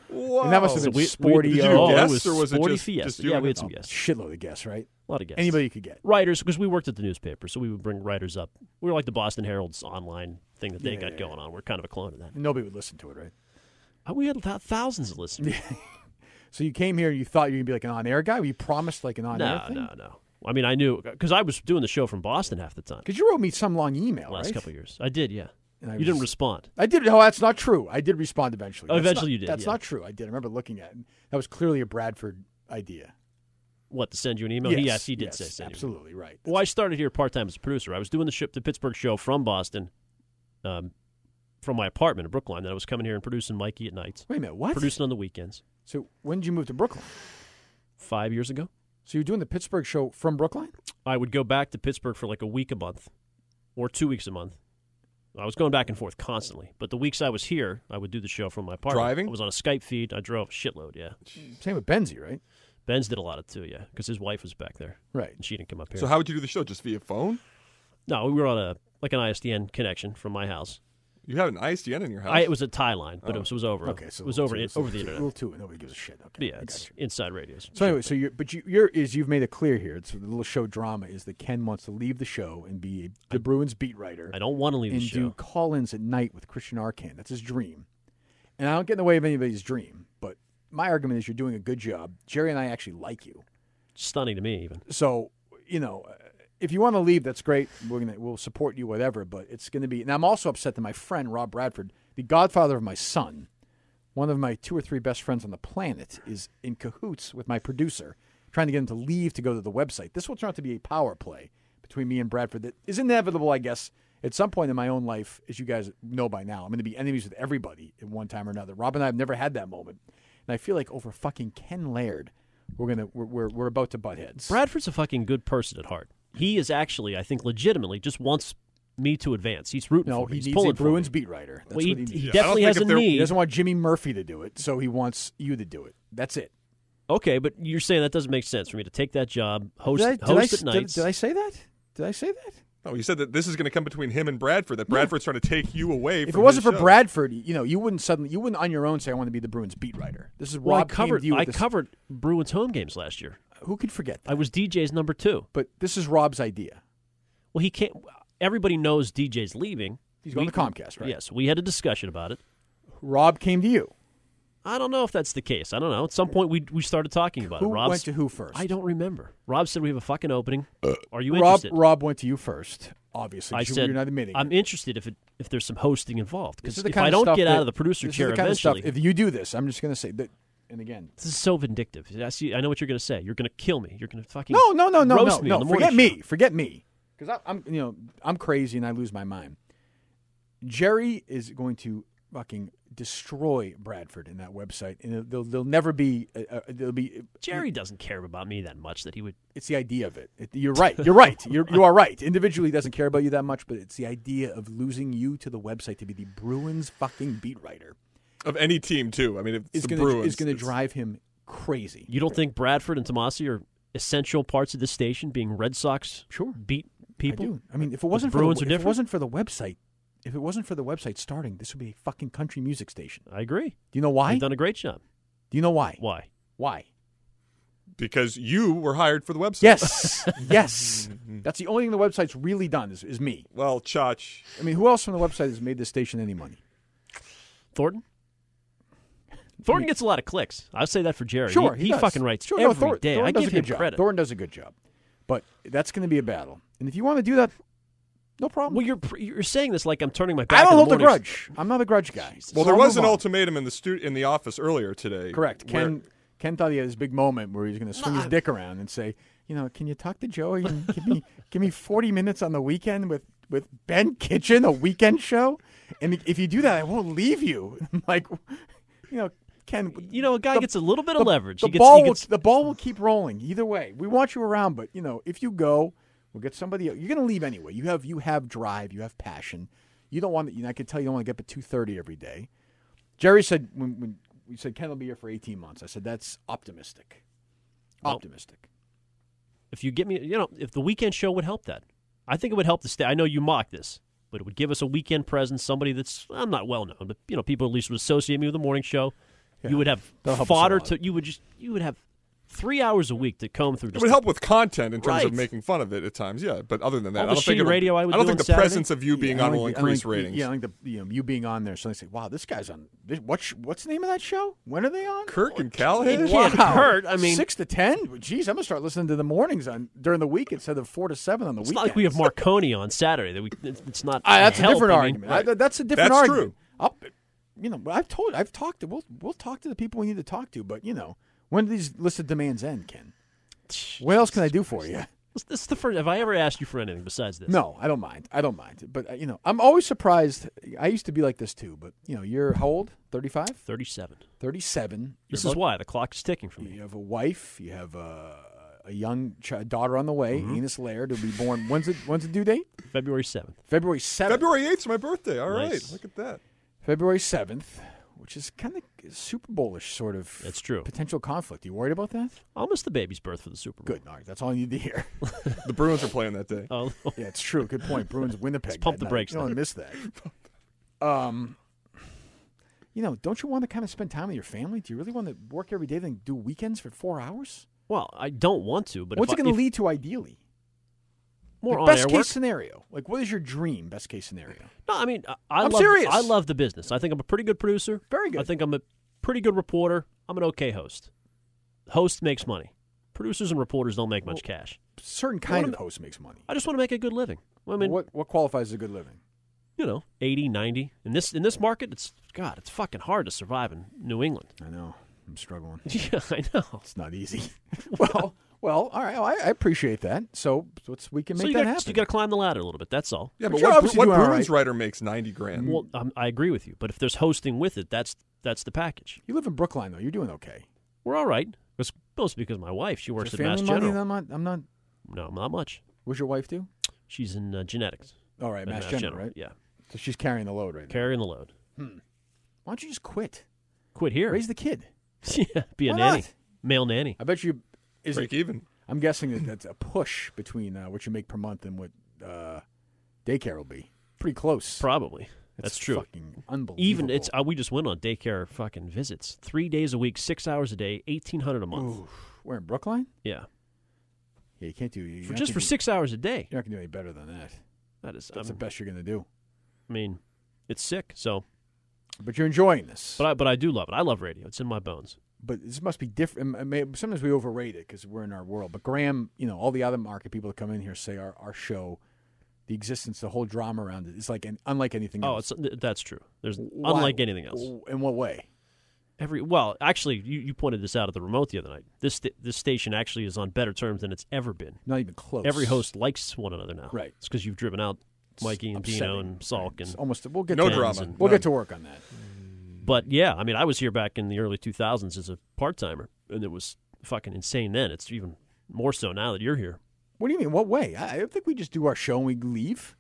Speaker 4: Whoa.
Speaker 2: And that must have
Speaker 3: So
Speaker 2: been
Speaker 3: we- we-
Speaker 2: sporty.
Speaker 4: Did you do
Speaker 2: oh,
Speaker 3: oh,
Speaker 4: uh, guests,
Speaker 3: it was
Speaker 4: or was it
Speaker 3: sporty
Speaker 4: just-
Speaker 3: fiesta.
Speaker 4: just you
Speaker 3: yeah,
Speaker 4: and
Speaker 3: we
Speaker 4: it?
Speaker 3: had some guests.
Speaker 2: Shitload of guests, right?
Speaker 3: A lot of guests.
Speaker 2: Anybody you could get.
Speaker 3: Writers, because we worked at the newspaper, so we would bring writers up. We were like the Boston Herald's online thing that they
Speaker 2: Yeah,
Speaker 3: got
Speaker 2: yeah,
Speaker 3: going on. We're kind of a clone of that.
Speaker 2: Nobody would listen to it, right?
Speaker 3: Uh, We had thou- thousands of listeners.
Speaker 2: So you came here, you thought you were gonna be like an on-air guy. Were you promised like an on-air
Speaker 3: no,
Speaker 2: thing?
Speaker 3: no, no. I mean, I knew because I was doing the show from Boston half the time.
Speaker 2: Because you wrote me some long email,
Speaker 3: last
Speaker 2: right?
Speaker 3: couple of years. I did, yeah.
Speaker 2: And I
Speaker 3: you
Speaker 2: was
Speaker 3: didn't
Speaker 2: just-
Speaker 3: respond.
Speaker 2: I did. No, that's not true. I did respond eventually.
Speaker 3: Oh,
Speaker 2: That's not-
Speaker 3: eventually you did,
Speaker 2: That's
Speaker 3: yeah.
Speaker 2: not true. I did. I remember looking at it. That was clearly a Bradford idea.
Speaker 3: What to send you an email? He- yes, he did say send you an
Speaker 2: absolutely right.
Speaker 3: Well, I started here part time as a producer. I was doing the ship the Pittsburgh show from Boston, um, from my apartment in Brookline. Then I was coming here and producing Mikey at nights,
Speaker 2: Wait a minute, what?
Speaker 3: producing on the weekends.
Speaker 2: So when did you move to Brooklyn?
Speaker 3: Five years ago,
Speaker 2: So you're doing the Pittsburgh show from Brooklyn?
Speaker 3: I would go back to Pittsburgh for like a week a month, or two weeks a month. I was going back and forth constantly, but the weeks I was here, I would do the show from my apartment.
Speaker 4: Driving?
Speaker 3: I was on a Skype feed. I drove a shitload. Yeah,
Speaker 2: Same with Benzie, right?
Speaker 3: Ben's did a lot of it too. Yeah, because his wife was back there
Speaker 2: Right.
Speaker 3: and she didn't come up here.
Speaker 4: So how would you do the show? Just via phone?
Speaker 3: no, we were on a like an ISDN connection from my house.
Speaker 4: You have an ISDN in your house.
Speaker 3: I, it was a tie line, but it was, it was over.
Speaker 2: Oh. Okay, so
Speaker 3: it was
Speaker 2: little
Speaker 3: over
Speaker 2: two,
Speaker 3: it,
Speaker 2: so
Speaker 3: over the
Speaker 2: little
Speaker 3: internet.
Speaker 2: two- Little two, nobody gives a shit. Okay,
Speaker 3: Yeah,
Speaker 2: I
Speaker 3: it's
Speaker 2: got you.
Speaker 3: inside radios.
Speaker 2: So anyway, so you're but you, your is you've made it clear here. It's the little show drama is that Ken wants to leave the show and be the Bruins beat writer
Speaker 3: I don't want to leave
Speaker 2: and
Speaker 3: the
Speaker 2: do
Speaker 3: show.
Speaker 2: call-ins at night with Christian Arcan. That's his dream, and I don't get in the way of anybody's dream. But my argument is you're doing a good job. Jerry and I actually like you,
Speaker 3: Stunning to me, even.
Speaker 2: so you know. uh, If you want to leave, that's great. We're gonna we'll support you, whatever. But it's gonna be. And I'm also upset that my friend Rob Bradford, the godfather of my son, one of my two or three best friends on the planet, is in cahoots with my producer, trying to get him to leave to go to the website. This will turn out to be a power play between me and Bradford that is inevitable, I guess. At some point in my own life, as you guys know by now, I'm going to be enemies with everybody at one time or another. Rob and I have never had that moment, and I feel like over fucking Ken Laird, we're gonna we're we're, we're about to butt heads.
Speaker 3: Bradford's a fucking good person at heart. He is actually, I think, legitimately just wants me to advance. He's rooting
Speaker 2: no,
Speaker 3: for me.
Speaker 2: he
Speaker 3: He's
Speaker 2: needs
Speaker 3: pulling
Speaker 2: a Bruins
Speaker 3: for me.
Speaker 2: beat writer. That's
Speaker 3: Well, he,
Speaker 2: what he,
Speaker 3: he
Speaker 2: needs.
Speaker 4: I don't
Speaker 3: definitely
Speaker 4: think
Speaker 3: has
Speaker 4: if
Speaker 3: a
Speaker 4: they're-
Speaker 2: He
Speaker 3: need.
Speaker 2: doesn't want Jimmy Murphy to do it, so he wants you to do it. That's it.
Speaker 3: Okay, but you're saying that doesn't make sense for me to take that job, host,
Speaker 2: did I, did I
Speaker 3: host
Speaker 2: s-
Speaker 3: at
Speaker 2: did-
Speaker 3: nights.
Speaker 2: did I say that? Did I say that?
Speaker 4: no, Oh, you said that this is going to come between him and Bradford. That Bradford's trying to take you away.
Speaker 2: If it
Speaker 4: from
Speaker 2: wasn't
Speaker 4: his
Speaker 2: for
Speaker 4: show.
Speaker 2: Bradford, you know, you wouldn't suddenly, you wouldn't on your own say, "I want to be the Bruins beat writer." This is
Speaker 3: well, I
Speaker 2: Rob came
Speaker 3: covered.
Speaker 2: to you with
Speaker 3: I
Speaker 2: this-
Speaker 3: covered Bruins home games last year.
Speaker 2: Who could forget that?
Speaker 3: I was DJ's number two.
Speaker 2: But this is Rob's idea.
Speaker 3: Well, he can't. Everybody knows DJ's leaving.
Speaker 2: He's going to Comcast, right?
Speaker 3: Yes, we had a discussion about it.
Speaker 2: Rob came to you.
Speaker 3: I don't know if that's the case. I don't know. At some point, we we started talking about
Speaker 2: Who
Speaker 3: it. Rob's,
Speaker 2: went to who first?
Speaker 3: I don't remember. Rob said we have a fucking opening. Are you
Speaker 2: Rob
Speaker 3: interested?
Speaker 2: Rob went to you first, obviously.
Speaker 3: I
Speaker 2: 'cause you-
Speaker 3: said
Speaker 2: you're not admitting.
Speaker 3: I'm
Speaker 2: it.
Speaker 3: interested if it, if there's some hosting involved
Speaker 2: This
Speaker 3: because
Speaker 2: is the
Speaker 3: if
Speaker 2: kind
Speaker 3: I
Speaker 2: of
Speaker 3: don't
Speaker 2: stuff
Speaker 3: get
Speaker 2: that-
Speaker 3: out of the producer
Speaker 2: this
Speaker 3: chair
Speaker 2: is the kind
Speaker 3: eventually,
Speaker 2: of stuff. If you do this, I'm just going to say that. And again,
Speaker 3: this is so vindictive. I see. I know what you're going to say. You're going to kill me. You're going to fucking
Speaker 2: no, no, no, no, no,
Speaker 3: roast me
Speaker 2: no.
Speaker 3: on the morning
Speaker 2: forget me,
Speaker 3: show.
Speaker 2: forget me, because I'm, you know, I'm crazy and I lose my mind. Jerry is going to fucking destroy Bradford in that website, and there'll, there'll never be. Uh, there'll be.
Speaker 3: Jerry doesn't care about me that much that he would.
Speaker 2: It's the idea of it. It- You're right. You're right. You're, you are right. Individually, he doesn't care about you that much, but it's the idea of losing you to the website to be the Bruins fucking beat writer
Speaker 4: of any team too. I mean, if it's
Speaker 2: is
Speaker 4: the
Speaker 2: going to
Speaker 4: Bruins.
Speaker 2: is going to
Speaker 4: it's-
Speaker 2: drive him crazy.
Speaker 3: You don't think Bradford and Tomasi are essential parts of this station, being Red Sox
Speaker 2: Sure.
Speaker 3: beat people?
Speaker 2: I, do. I mean, if it wasn't
Speaker 3: the
Speaker 2: for the,
Speaker 3: Bruins are
Speaker 2: if it
Speaker 3: different?
Speaker 2: wasn't for the website, if it wasn't for the website starting, this would be a fucking country music station.
Speaker 3: I agree.
Speaker 2: Do you know why?
Speaker 3: They've
Speaker 2: Do
Speaker 3: done a great job.
Speaker 2: you know why?
Speaker 3: Why?
Speaker 2: Why?
Speaker 4: because you were hired for the website.
Speaker 2: Yes, yes.
Speaker 3: Mm-hmm.
Speaker 2: That's the only thing the website's really done is, is me.
Speaker 4: Well, Chach,
Speaker 2: I mean, who else from the website has made this station any money?
Speaker 3: Thornton? Thornton gets a lot of clicks. I'll say that for Jerry.
Speaker 2: Sure,
Speaker 3: he,
Speaker 2: he,
Speaker 3: he
Speaker 2: does.
Speaker 3: fucking writes
Speaker 2: sure,
Speaker 3: every day.
Speaker 2: no, Thor- Thorne
Speaker 3: I
Speaker 2: does
Speaker 3: give
Speaker 2: a good
Speaker 3: him
Speaker 2: job.
Speaker 3: credit.
Speaker 2: Thorne does a good job, but that's going to be a battle. And if you want to do that, no problem.
Speaker 3: well, you're you're saying this like I'm turning my back.
Speaker 2: I don't
Speaker 3: on
Speaker 2: hold a
Speaker 3: mornings.
Speaker 2: grudge. I'm not a grudge guy. So
Speaker 4: Well, there
Speaker 2: I'll
Speaker 4: was
Speaker 2: move
Speaker 4: an
Speaker 2: on.
Speaker 4: ultimatum in the stu- in the office earlier today.
Speaker 2: Correct.
Speaker 4: where-
Speaker 2: Ken Ken thought he had this big moment where he's going to swing his dick around and say, you know, can you talk to Joey and give me give me forty minutes on the weekend with with Ben Kitchen a weekend show? And if you do that, I won't leave you. I'm like, you know, Ken.
Speaker 3: You know, a guy
Speaker 2: the-
Speaker 3: gets a little bit
Speaker 2: the-
Speaker 3: of leverage.
Speaker 2: The
Speaker 3: he gets,
Speaker 2: ball
Speaker 3: he
Speaker 2: will-
Speaker 3: gets-
Speaker 2: the ball will keep rolling either way. We want you around, but you know, if you go, we'll get somebody. You're going to leave anyway. You have you have drive. You have passion. You don't want. You know, I could tell you don't want to get up at two thirty every day. Jerry said when, when we said Ken will be here for eighteen months. I said that's optimistic.
Speaker 3: Well-
Speaker 2: Optimistic.
Speaker 3: if you get me, you know, if the weekend show would help that, I think it would help the state. I know you mock this, but it would give us a weekend presence. Somebody that's I'm not well known, but you know, people at least would associate me with the morning show.
Speaker 2: Yeah,
Speaker 3: You would have
Speaker 2: that'll help us a
Speaker 3: fodder
Speaker 2: lot.
Speaker 3: to. You would just you would have three hours a week to comb through.
Speaker 4: It
Speaker 3: Just
Speaker 4: would help with content in terms of
Speaker 3: Right.
Speaker 4: making fun of it at times, yeah. But other than that,
Speaker 3: All
Speaker 4: I
Speaker 3: the
Speaker 4: don't think
Speaker 3: shitty
Speaker 4: it'll-
Speaker 3: radio I would
Speaker 4: I don't
Speaker 3: do on
Speaker 4: think the
Speaker 3: Saturday?
Speaker 4: presence of you being
Speaker 2: I
Speaker 4: on
Speaker 2: don't
Speaker 4: will
Speaker 2: think- I
Speaker 4: increase
Speaker 2: don't think-
Speaker 4: ratings.
Speaker 2: Yeah, I think the, you, know, you being on there, suddenly say, "Wow, this guy's on." This, what sh- what's the name of that show? When are they on?
Speaker 4: Kirk and
Speaker 3: It
Speaker 4: Callahan.
Speaker 3: can't hurt. I mean-
Speaker 2: six to ten. Geez, I'm gonna start listening to the mornings on during the week instead of four to seven on the
Speaker 3: It's
Speaker 2: weekend.
Speaker 3: not like we have Marconi on Saturday. That we, it's it's not.
Speaker 2: Ah, that's
Speaker 3: help,
Speaker 2: a different
Speaker 3: I mean.
Speaker 2: argument. I- th- that's a different
Speaker 4: That's
Speaker 2: argument. I'll, you know, I've told, I've talked to, we'll we'll talk to the people we need to talk to, but you know, when do these list of demands end, Ken? What else can I do for you?
Speaker 3: This, this is the first. Have I ever asked you for anything besides this?
Speaker 2: No, I don't mind. I don't mind. But uh, you know, I'm always surprised. I used to be like this too. But you know, you're how old? 35,
Speaker 3: Thirty-seven.
Speaker 2: 37.
Speaker 3: This
Speaker 2: You're
Speaker 3: is why the clock is ticking for me.
Speaker 2: You have a wife. You have a, a young ch- daughter on the way.
Speaker 3: Mm-hmm.
Speaker 2: Enos Laird will be born. When's it? When's the due date?
Speaker 3: February seventh.
Speaker 2: February seventh.
Speaker 4: February 8th is my birthday. All right,
Speaker 3: Nice.
Speaker 4: Look at that.
Speaker 2: February seventh, which is kind of Super Bowlish sort of.
Speaker 3: That's true.
Speaker 2: Potential conflict. You worried about that?
Speaker 3: I'll miss the baby's birth for the Super Bowl.
Speaker 2: Good. All right. That's all I need to hear.
Speaker 4: The Bruins are playing that day.
Speaker 3: Oh,
Speaker 2: yeah, it's true. Good point. Bruins Winnipeg.
Speaker 3: Let's pump
Speaker 2: that
Speaker 3: the
Speaker 2: night.
Speaker 3: brakes
Speaker 2: You don't
Speaker 3: now.
Speaker 2: wanna miss that. Um, you know, don't you want to kind of spend time with your family? Do you really want to work every day then do weekends for four hours?
Speaker 3: well, I don't want to, but
Speaker 2: What's
Speaker 3: if
Speaker 2: it
Speaker 3: I-
Speaker 2: going
Speaker 3: if-
Speaker 2: to lead to ideally?
Speaker 3: more
Speaker 2: Like,
Speaker 3: on
Speaker 2: best
Speaker 3: air
Speaker 2: case
Speaker 3: work?
Speaker 2: scenario. Like, what is your dream best case scenario?
Speaker 3: No, I mean, I, I
Speaker 2: I'm
Speaker 3: love,
Speaker 2: serious.
Speaker 3: I love the business. I think I'm a pretty good producer.
Speaker 2: Very
Speaker 3: I
Speaker 2: good.
Speaker 3: think I'm a pretty good reporter. I'm an okay host. Host makes money. Producers and reporters don't make much cash.
Speaker 2: Certain kind
Speaker 3: am
Speaker 2: of
Speaker 3: I-
Speaker 2: host makes money.
Speaker 3: I just want to make a good living. I mean,
Speaker 2: what what qualifies as a good living?
Speaker 3: you know, 80, 90. In this in this market, it's God, it's fucking hard to survive in New England.
Speaker 2: I know. I'm struggling.
Speaker 3: Yeah, I know.
Speaker 2: It's not easy. well, well, all right. Well, I, I appreciate that. So, let's we can
Speaker 3: So
Speaker 2: make
Speaker 3: you
Speaker 2: that
Speaker 3: got
Speaker 2: happen.
Speaker 3: you got to climb the ladder a little bit. That's all.
Speaker 4: Yeah,
Speaker 2: But
Speaker 4: but,
Speaker 2: you're
Speaker 4: what,
Speaker 2: obviously
Speaker 4: what
Speaker 2: doing all
Speaker 4: Bruins
Speaker 2: right.
Speaker 4: writer makes 90 grand?
Speaker 3: Well, um, I agree with you, but if there's hosting with it, that's that's the package.
Speaker 2: you live in Brookline, though. You're doing okay.
Speaker 3: We're all right. It's mostly because my wife she works
Speaker 2: Is
Speaker 3: at
Speaker 2: your
Speaker 3: Mass
Speaker 2: family money?
Speaker 3: General.
Speaker 2: I'm not. I'm not.
Speaker 3: No, not much.
Speaker 2: What's your wife do?
Speaker 3: She's in uh, genetics.
Speaker 2: All right,
Speaker 3: at
Speaker 2: Mass, General, right?
Speaker 3: Yeah,
Speaker 2: So she's carrying the load right now. Hmm.
Speaker 3: carrying the load.
Speaker 2: Why don't you just quit?
Speaker 3: Quit here.
Speaker 2: Raise the kid.
Speaker 3: yeah, be a
Speaker 2: Why
Speaker 3: nanny,
Speaker 2: not?
Speaker 3: male nanny.
Speaker 2: I bet you. Mm-hmm. Is
Speaker 4: Break
Speaker 2: it,
Speaker 4: even.
Speaker 2: I'm guessing that that's a push between uh, what you make per month and what uh, daycare will be. Pretty close.
Speaker 3: Probably.
Speaker 2: It's
Speaker 3: That's true.
Speaker 2: Fucking unbelievable.
Speaker 3: Even it's uh, we just went on daycare fucking visits. Three days a week, six hours a day, eighteen hundred a month.
Speaker 2: Oof. We're in Brookline.
Speaker 3: Yeah,
Speaker 2: Yeah, you can't do. You're
Speaker 3: for
Speaker 2: not
Speaker 3: just
Speaker 2: gonna
Speaker 3: for
Speaker 2: do-
Speaker 3: six Um, hours a day.
Speaker 2: You're not gonna do any better than that.
Speaker 3: That is,
Speaker 2: That's
Speaker 3: I'm-
Speaker 2: the best you're gonna do.
Speaker 3: I mean, it's sick. So,
Speaker 2: But you're enjoying this.
Speaker 3: but I but I do love it. I love radio. It's in my bones.
Speaker 2: but this must be different. I mean, sometimes we overrate it because we're in our world. But Graham, you know, all the other market people that come in here say our, our show, the existence, the whole drama around it is like an, unlike anything
Speaker 3: Oh,
Speaker 2: else.
Speaker 3: it's, th- that's true. There's
Speaker 2: Why-
Speaker 3: unlike anything else.
Speaker 2: In what way?
Speaker 3: Every well, actually, you, you pointed this out at the remote the other night. This sta- this station actually is on better terms than it's ever been.
Speaker 2: Not even close.
Speaker 3: Every host likes one another now.
Speaker 2: Right.
Speaker 3: It's because you've driven out
Speaker 2: It's
Speaker 3: Mikey and
Speaker 2: upsetting.
Speaker 3: Dino and Salk
Speaker 2: It's
Speaker 3: and
Speaker 2: almost. We'll get
Speaker 4: No
Speaker 2: to
Speaker 4: drama.
Speaker 3: and-
Speaker 2: We'll
Speaker 4: None.
Speaker 2: get to work on that.
Speaker 3: But yeah, I mean, I was here back in the early 2000s as a part timer, and it was fucking insane then. It's even more so now that you're here.
Speaker 2: What do you mean? What way? I, I don't think we just do our show and we leave.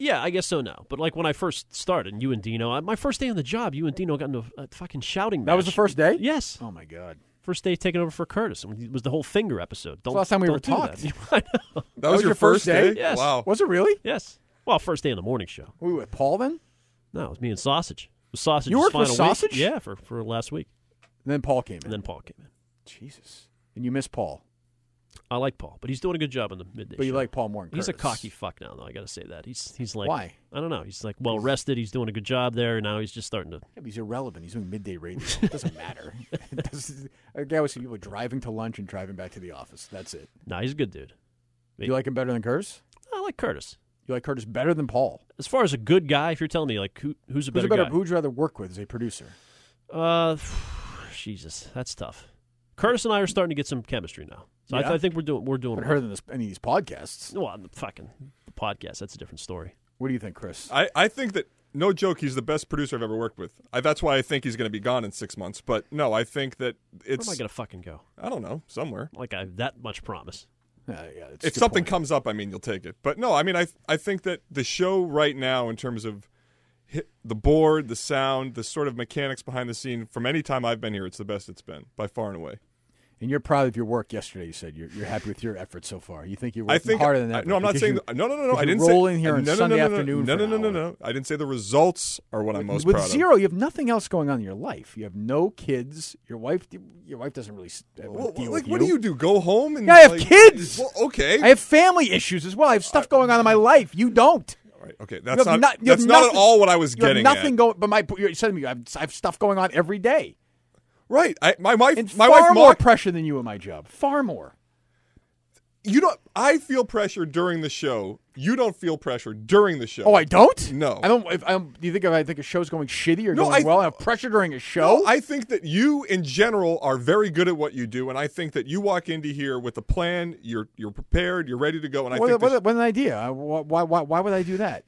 Speaker 3: Yeah, I guess so now. But like when I first started, and you and Dino, I- my first day on the job, you and Dino got into a, a fucking shouting match.
Speaker 2: That was the first day.
Speaker 3: Yes,
Speaker 2: Oh my god.
Speaker 3: first day taking over for Curtis. and It was the whole finger episode. Don't,
Speaker 2: the last time we
Speaker 3: don't
Speaker 2: ever
Speaker 3: do that. I know.
Speaker 4: That, was, your first day?
Speaker 3: Yes.
Speaker 4: Wow.
Speaker 2: Was it really?
Speaker 3: yes. Well, first day on the morning show.
Speaker 2: Were Oh. we with Paul then?
Speaker 3: No, it was me and Sausage. It was Sausage.
Speaker 2: You worked
Speaker 3: final
Speaker 2: with
Speaker 3: week.
Speaker 2: Sausage?
Speaker 3: Yeah, for, for last week.
Speaker 2: And then Paul came in.
Speaker 3: And then Paul came in.
Speaker 2: Jesus. And you miss Paul,
Speaker 3: I like Paul, but he's doing a good job in the midday
Speaker 2: but you
Speaker 3: show.
Speaker 2: like Paul more. than
Speaker 3: He's a
Speaker 2: Curtis.
Speaker 3: cocky fuck now, though. I got to say that. He's he's like
Speaker 2: Why?
Speaker 3: I don't know. He's like well rested. He's doing a good job there. Now he's just starting to.
Speaker 2: Yeah, but he's irrelevant. He's doing midday radio. It doesn't matter. It doesn't- I always see people driving to lunch and driving back to the office. That's it.
Speaker 3: Nah, he's a good dude.
Speaker 2: Do you like him better than Curtis?
Speaker 3: I like Curtis.
Speaker 2: You like Curtis better than Paul?
Speaker 3: As far as a good guy, if you're telling me like who who's
Speaker 2: Who's
Speaker 3: a better,
Speaker 2: a better?
Speaker 3: guy?
Speaker 2: Who'd you rather work with as a producer?
Speaker 3: Uh, Jesus, that's tough. Curtis and I are starting to get some chemistry now. So I, th-
Speaker 2: Yeah?
Speaker 3: I think we're doing we're doing.
Speaker 2: But her than this, any of these podcasts.
Speaker 3: well, the fucking the podcast. That's a different story.
Speaker 2: What do you think,
Speaker 3: Uh,
Speaker 2: Chris?
Speaker 4: I, I think that no joke, he's the best producer I've ever worked with. I, that's why I think he's going to be gone in six months. But no, I think that
Speaker 3: Where
Speaker 4: it's
Speaker 3: am I gonna fucking go?
Speaker 4: I don't know somewhere.
Speaker 3: Like I have that much promise.
Speaker 2: Uh, Yeah, yeah, it's a
Speaker 4: if
Speaker 2: good
Speaker 4: something
Speaker 2: point.
Speaker 4: comes up, I mean, you'll take it. But no, I mean, I I think that the show right now, in terms of hit the board, the sound, the sort of mechanics behind the scene, from any time I've been here, it's the best it's been by far and away.
Speaker 2: and you're proud of your work yesterday, you said you're, you're happy with your efforts so far. You think you're working
Speaker 4: I think
Speaker 2: harder than that.
Speaker 4: no, I'm not saying.
Speaker 2: You,
Speaker 4: no, no, no, no.
Speaker 2: because
Speaker 4: I
Speaker 2: you
Speaker 4: didn't
Speaker 2: roll
Speaker 4: say,
Speaker 2: in here on
Speaker 4: no, no,
Speaker 2: Sunday
Speaker 4: no, no,
Speaker 2: afternoon
Speaker 4: No,
Speaker 2: for
Speaker 4: no, no,
Speaker 2: an
Speaker 4: no,
Speaker 2: hour.
Speaker 4: no. I didn't say the results are what I'm most
Speaker 2: with
Speaker 4: proud of.
Speaker 2: zero, you have nothing else going on in your life. You have no kids. Your wife, your wife doesn't really s- uh, deal
Speaker 4: Well,
Speaker 2: with
Speaker 4: like, what do you do? Go home and
Speaker 2: Yeah, I have
Speaker 4: like-
Speaker 2: kids.
Speaker 4: Well, okay.
Speaker 2: I have family issues as well. I have stuff going on in my life. You don't.
Speaker 4: All right, okay,
Speaker 2: You
Speaker 4: that's
Speaker 2: have
Speaker 4: not,
Speaker 2: no- you have
Speaker 4: that's not
Speaker 2: nothing-
Speaker 4: at all what I was
Speaker 2: you have
Speaker 4: getting.
Speaker 2: nothing
Speaker 4: at.
Speaker 2: going. But my, you're telling me I have, I have stuff going on every day,
Speaker 4: right. I, my wife,
Speaker 2: and
Speaker 4: my
Speaker 2: far
Speaker 4: wife,
Speaker 2: more
Speaker 4: Mark.
Speaker 2: pressure than you in my job. Far more.
Speaker 4: you know, I feel pressure during the show You don't feel pressure during the show.
Speaker 2: Oh, I don't.
Speaker 4: No.
Speaker 2: I don't. If I'm, do you think if I think a show's going shitty or
Speaker 4: No,
Speaker 2: going
Speaker 4: I-
Speaker 2: well, I have pressure during a show.
Speaker 4: No, I think that you in general are very good at what you do, and I think that you walk into here with a plan. You're you're prepared. You're ready to go. And I
Speaker 2: what,
Speaker 4: think
Speaker 2: what,
Speaker 4: this-
Speaker 2: what an idea! I- wh- Why, why, why would I do that?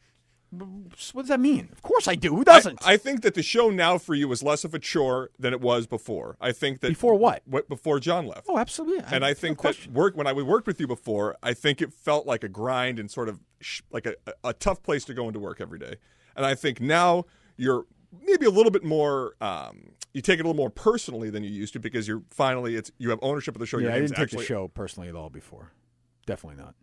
Speaker 2: What does that mean? Of course I do. Who
Speaker 4: I-
Speaker 2: doesn't?
Speaker 4: I, think that the show now for you is less of a chore than it was before. I think that
Speaker 2: Before what?
Speaker 4: what before John left.
Speaker 2: oh, absolutely.
Speaker 4: and I
Speaker 2: no
Speaker 4: think that
Speaker 2: question.
Speaker 4: work when I worked with you before, I think it felt like a grind and sort of sh- like a, a- a tough place to go into work every day. And I think now you're maybe a little bit more um, you take it a little more personally than you used to because you're finally it's you have ownership of the show. Your
Speaker 2: yeah, I
Speaker 4: name's
Speaker 2: didn't take
Speaker 4: actually-
Speaker 2: the show personally at all before. Definitely not.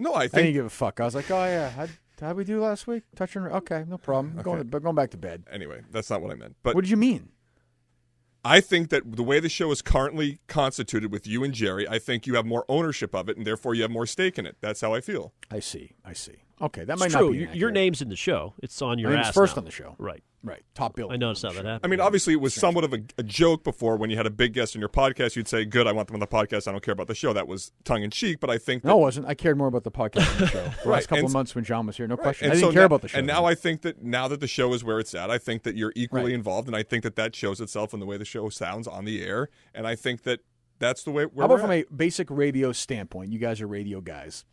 Speaker 4: No, I
Speaker 2: I didn't
Speaker 4: think
Speaker 2: give a fuck. I was like, oh yeah, how'd, how'd we do last week? Touching. Okay, no problem. I'm Going, but going back to bed.
Speaker 4: anyway, that's not what I meant. But
Speaker 2: what did you mean?
Speaker 4: I think that the way the show is currently constituted with you and Jerry, I think you have more ownership of it and therefore you have more stake in it. That's how I feel.
Speaker 2: I see. I see. Okay, that
Speaker 3: It's
Speaker 2: might
Speaker 3: true.
Speaker 2: not be
Speaker 3: your, your
Speaker 2: inaccurate.
Speaker 3: name's in the show. It's on your
Speaker 2: name is
Speaker 3: ass
Speaker 2: first
Speaker 3: now.
Speaker 2: on the show.
Speaker 3: Right.
Speaker 2: Right, top bill.
Speaker 3: I noticed how that
Speaker 2: Sure.
Speaker 3: happened.
Speaker 4: I mean, obviously, it was somewhat of a, a joke before when you had a big guest on your podcast. You'd say, "Good, I want them on the podcast. I don't care about the show." That was tongue in cheek, but I think that,
Speaker 2: No, it wasn't. I cared more about the podcast than the show. The
Speaker 4: Right,
Speaker 2: last couple
Speaker 4: and
Speaker 2: of
Speaker 4: s-
Speaker 2: months when John was here, no
Speaker 4: Right,
Speaker 2: question.
Speaker 4: and
Speaker 2: I didn't
Speaker 4: so
Speaker 2: care
Speaker 4: now-
Speaker 2: about the show.
Speaker 4: And now I think that now that the show is where it's at, I think that you're equally
Speaker 2: Right.
Speaker 4: involved, and I think that that shows itself in the way the show sounds on the air, and I think that that's the way. Where
Speaker 2: How about
Speaker 4: we're
Speaker 2: from
Speaker 4: at.
Speaker 2: a basic radio standpoint? You guys are radio guys.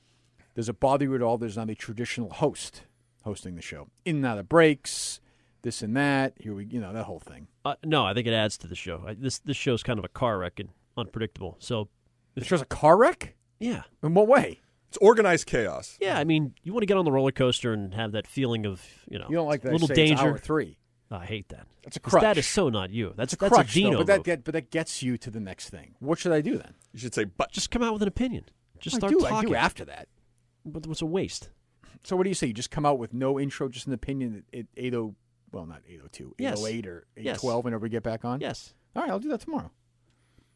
Speaker 2: Does it bother you at all? There's not a traditional host hosting the show. In and out of breaks, this and that. Here we, you know, that whole thing.
Speaker 3: Uh, no, I think it adds to the show. I, this this show's kind of a car wreck and unpredictable. So,
Speaker 2: The show's a car wreck.
Speaker 3: yeah,
Speaker 2: In what way?
Speaker 4: it's organized chaos?
Speaker 3: yeah. I mean, you want to get on the roller coaster and have that feeling of you know,
Speaker 2: You don't like that? I
Speaker 3: little
Speaker 2: say It's
Speaker 3: danger.
Speaker 2: hour three.
Speaker 3: I hate that.
Speaker 2: That's a
Speaker 3: 'Cause That
Speaker 2: crutch.
Speaker 3: is so not you. That's
Speaker 2: It's a
Speaker 3: that's
Speaker 2: crutch,
Speaker 3: a Dino
Speaker 2: though, but that
Speaker 3: move.
Speaker 2: get, but that gets you to the next thing. What should I do then?
Speaker 4: You should say, "But
Speaker 3: Just come out with an opinion. Just
Speaker 2: I
Speaker 3: start
Speaker 2: do. I
Speaker 3: talking.
Speaker 2: do after that.
Speaker 3: but it was a waste.
Speaker 2: So what do you say? You just come out with no intro, just an opinion at eight oh, well, not eight oh two, eight
Speaker 3: Yes.
Speaker 2: oh eight or eight
Speaker 3: Yes.
Speaker 2: twelve. Whenever we get back on,
Speaker 3: Yes,
Speaker 2: All right, I'll do that tomorrow.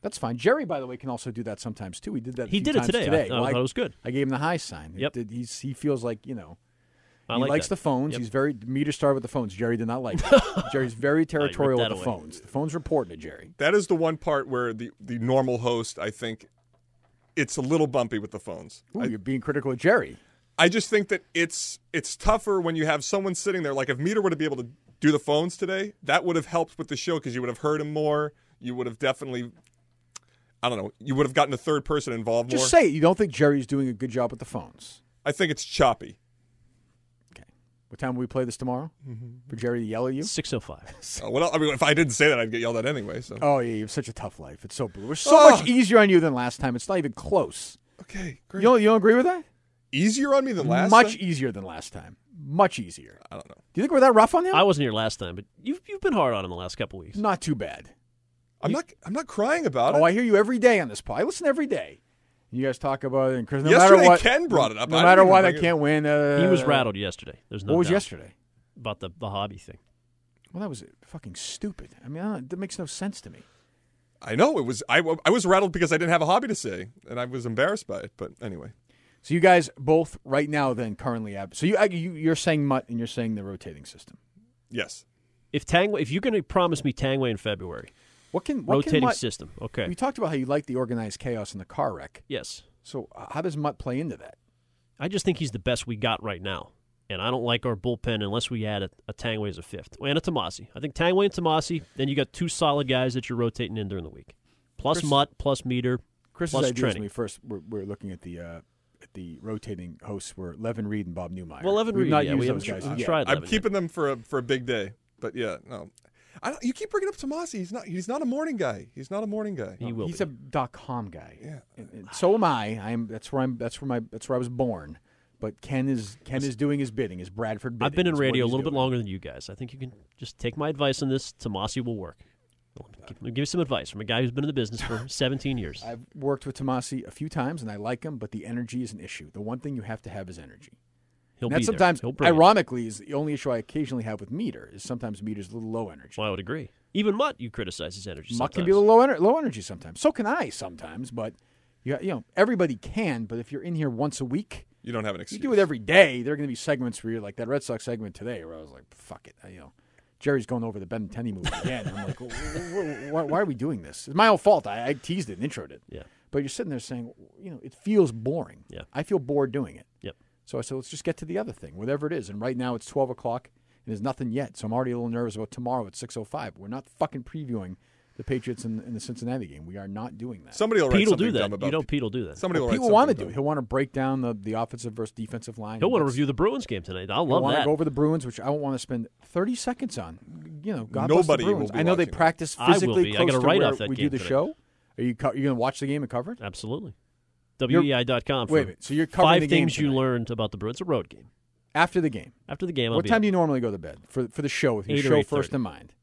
Speaker 2: That's fine. Jerry, by the way, can also do that sometimes too. He did that. a
Speaker 3: he
Speaker 2: few
Speaker 3: did it
Speaker 2: times
Speaker 3: today. I- I,
Speaker 2: Well,
Speaker 3: thought it was good.
Speaker 2: I gave him the high sign. It
Speaker 3: Yep.
Speaker 2: did- he's, he feels like you know
Speaker 3: I
Speaker 2: he
Speaker 3: like
Speaker 2: likes
Speaker 3: that.
Speaker 2: the phones.
Speaker 3: Yep.
Speaker 2: He's very meter started with the phones. Jerry did not like. That. Jerry's very territorial
Speaker 3: that
Speaker 2: with the
Speaker 3: away.
Speaker 2: phones. The phones reporting to Jerry.
Speaker 4: That is the one part where the the normal host, I think, it's a little bumpy with the phones.
Speaker 2: Ooh,
Speaker 4: I,
Speaker 2: you're being critical of Jerry.
Speaker 4: I just think that it's it's tougher when you have someone sitting there. Like if Meter were to be able to do the phones today, that would have helped with the show because you would have heard him more. You would have definitely, I don't know, you would have gotten a third person involved
Speaker 2: Just
Speaker 4: more.
Speaker 2: say it. you don't think Jerry's doing a good job with the phones.
Speaker 4: I think it's choppy.
Speaker 2: Okay. What time will we play this tomorrow?
Speaker 3: Mm-hmm.
Speaker 2: For Jerry to yell at you?
Speaker 3: Six oh five.
Speaker 4: Uh, what else? I mean, if I didn't say that, I'd get yelled at anyway. So
Speaker 2: Oh yeah, you have such a tough life. It's so blue. We're so
Speaker 4: Oh.
Speaker 2: much easier on you than last time. It's not even close.
Speaker 4: okay,
Speaker 2: You
Speaker 4: great.
Speaker 2: don't, you don't agree with that?
Speaker 4: Easier on me than last.
Speaker 2: much
Speaker 4: time?
Speaker 2: easier than last time. Much easier.
Speaker 4: I don't know.
Speaker 2: Do you think we're that rough on him?
Speaker 3: I wasn't here last time, but you've you've been hard on him the last couple weeks.
Speaker 2: Not too bad.
Speaker 4: I'm not. I'm not crying about
Speaker 2: e- Oh,
Speaker 4: it.
Speaker 2: I hear you every day on this pod. I listen every day. You guys talk about it, and Chris. No
Speaker 4: Yesterday,
Speaker 2: matter what,
Speaker 4: Ken brought it up.
Speaker 2: No
Speaker 4: I didn't
Speaker 2: matter
Speaker 4: even
Speaker 2: what, I
Speaker 4: bring it
Speaker 2: can't win. Uh,
Speaker 3: he was rattled yesterday. There's no
Speaker 2: what was
Speaker 3: doubt
Speaker 2: yesterday?
Speaker 3: about the, the hobby thing.
Speaker 2: Well, that was fucking stupid. I mean, I don't- that makes no sense to me.
Speaker 4: I know it was. I, w- I was rattled because I didn't have a hobby to say, and I was embarrassed by it. But anyway,
Speaker 2: So you guys both right now then currently have. So you, I- you you're saying mutt and you're saying the rotating system.
Speaker 4: yes.
Speaker 3: If Tangway, if you're going to promise me Tangway in February,
Speaker 2: What can what
Speaker 3: rotating
Speaker 2: can mutt,
Speaker 3: system, okay,
Speaker 2: We talked about how you like the organized chaos in the car wreck.
Speaker 3: yes,
Speaker 2: So uh, how does mutt play into that?
Speaker 3: I just think he's the best we got right now, and I don't like our bullpen unless we add a, a Tangway as a fifth and a Tomasi. I think Tangway and Tomasi, then you got two solid guys that you're rotating in during the week, plus
Speaker 2: Chris-
Speaker 3: Mutt, plus Meter,
Speaker 2: Chris's
Speaker 3: plus
Speaker 2: ideas when
Speaker 3: Trenny.
Speaker 2: we first were, were looking at the uh, at the rotating hosts were Levin Reed and Bob Newmeyer.
Speaker 3: Well, Levin
Speaker 2: We've
Speaker 3: Reed,
Speaker 2: not
Speaker 3: yeah,
Speaker 2: used
Speaker 3: we
Speaker 2: those
Speaker 3: haven't
Speaker 2: guys.
Speaker 3: tried-
Speaker 2: yet.
Speaker 3: tried
Speaker 4: I'm
Speaker 3: Levin. yet.
Speaker 4: keeping them for a for a big day. But yeah, no. I don't, you keep bringing up Tomasi. He's not. He's not a morning guy. He's not a morning guy.
Speaker 3: He will.
Speaker 2: He's
Speaker 3: be.
Speaker 2: a dot com guy.
Speaker 4: Yeah.
Speaker 2: And- and so am I. I'm that's where I'm that's where my that's where I was born. But Ken is Ken is doing his bidding. Is Bradford? Bidding,
Speaker 3: I've been in
Speaker 2: is what
Speaker 3: radio a
Speaker 2: he's
Speaker 3: little bit
Speaker 2: doing.
Speaker 3: longer than you guys. I think you can just take my advice on this. Tomasi will work. Give, give me some advice from a guy who's been in the business for 17 years.
Speaker 2: I've worked with Tomasi a few times, and I like him, but the energy is an issue. The one thing you have to have is energy.
Speaker 3: He'll
Speaker 2: and
Speaker 3: be
Speaker 2: that
Speaker 3: there.
Speaker 2: sometimes,
Speaker 3: He'll bring it.
Speaker 2: ironically, is the only issue I occasionally have with Meter. Is sometimes Meter's a little low energy.
Speaker 3: Well, I would agree. Even Mutt, you criticize his energy.
Speaker 2: Muck can
Speaker 3: sometimes.
Speaker 2: be a little low, ener- low energy sometimes. So can I sometimes, but you, you know everybody can. But if you're in here once a week,
Speaker 4: You don't have an
Speaker 2: you
Speaker 4: excuse.
Speaker 2: do it every day. There are going to be segments where you're like that Red Sox segment today, where I was like, "Fuck it," I, you know. Jerry's going over the Ben Tenney movie again. I'm like, "Wh- wh- wh- why, why are we doing this? It's my own fault. I, I teased it and introed it.
Speaker 3: Yeah.
Speaker 2: But you're sitting there saying, you know, it feels boring.
Speaker 3: Yeah.
Speaker 2: I feel bored doing it.
Speaker 3: Yep.
Speaker 2: So I said, let's just get to the other thing, whatever it is. And right now it's 12 o'clock and there's nothing yet. So I'm already a little nervous about tomorrow at 6.05. We're not fucking previewing the Patriots in, in the Cincinnati game. We are not doing that.
Speaker 4: Somebody will write
Speaker 3: Pete will
Speaker 4: something
Speaker 3: do
Speaker 4: dumb
Speaker 3: that.
Speaker 4: about
Speaker 3: You know, Pete will do that.
Speaker 4: Somebody will
Speaker 2: Pete
Speaker 4: write
Speaker 2: will want to
Speaker 4: something
Speaker 2: do it.
Speaker 4: dumb.
Speaker 2: He'll want to break down the, the offensive versus defensive line.
Speaker 3: He'll want to
Speaker 2: That's-
Speaker 3: review the Bruins game tonight. I'll
Speaker 2: I
Speaker 3: love
Speaker 2: want
Speaker 3: that.
Speaker 2: to go over the Bruins, which I don't want to spend 30 seconds on. You know, God
Speaker 4: Nobody
Speaker 2: bless
Speaker 4: will
Speaker 2: the Bruins.
Speaker 4: be
Speaker 2: I know they
Speaker 4: watching that.
Speaker 2: practice
Speaker 3: I will
Speaker 2: physically
Speaker 3: be. I
Speaker 2: close
Speaker 3: got a
Speaker 2: to
Speaker 3: write
Speaker 2: where
Speaker 3: off that
Speaker 2: we do
Speaker 3: game
Speaker 2: the
Speaker 3: today.
Speaker 2: show. Are you co- you going to watch the game and cover it?
Speaker 3: Absolutely. E
Speaker 2: You're-
Speaker 3: WEI.com. for
Speaker 2: Wait a minute. So you're covering
Speaker 3: five
Speaker 2: the game
Speaker 3: things you
Speaker 2: tonight.
Speaker 3: learned about the Bruins. It's a road game.
Speaker 2: After the game,
Speaker 3: After the game, I'll
Speaker 2: what
Speaker 3: be
Speaker 2: time
Speaker 3: up
Speaker 2: do you normally go to bed for for the show with your
Speaker 3: Eight or
Speaker 2: show
Speaker 3: 8:30.
Speaker 2: first in mind?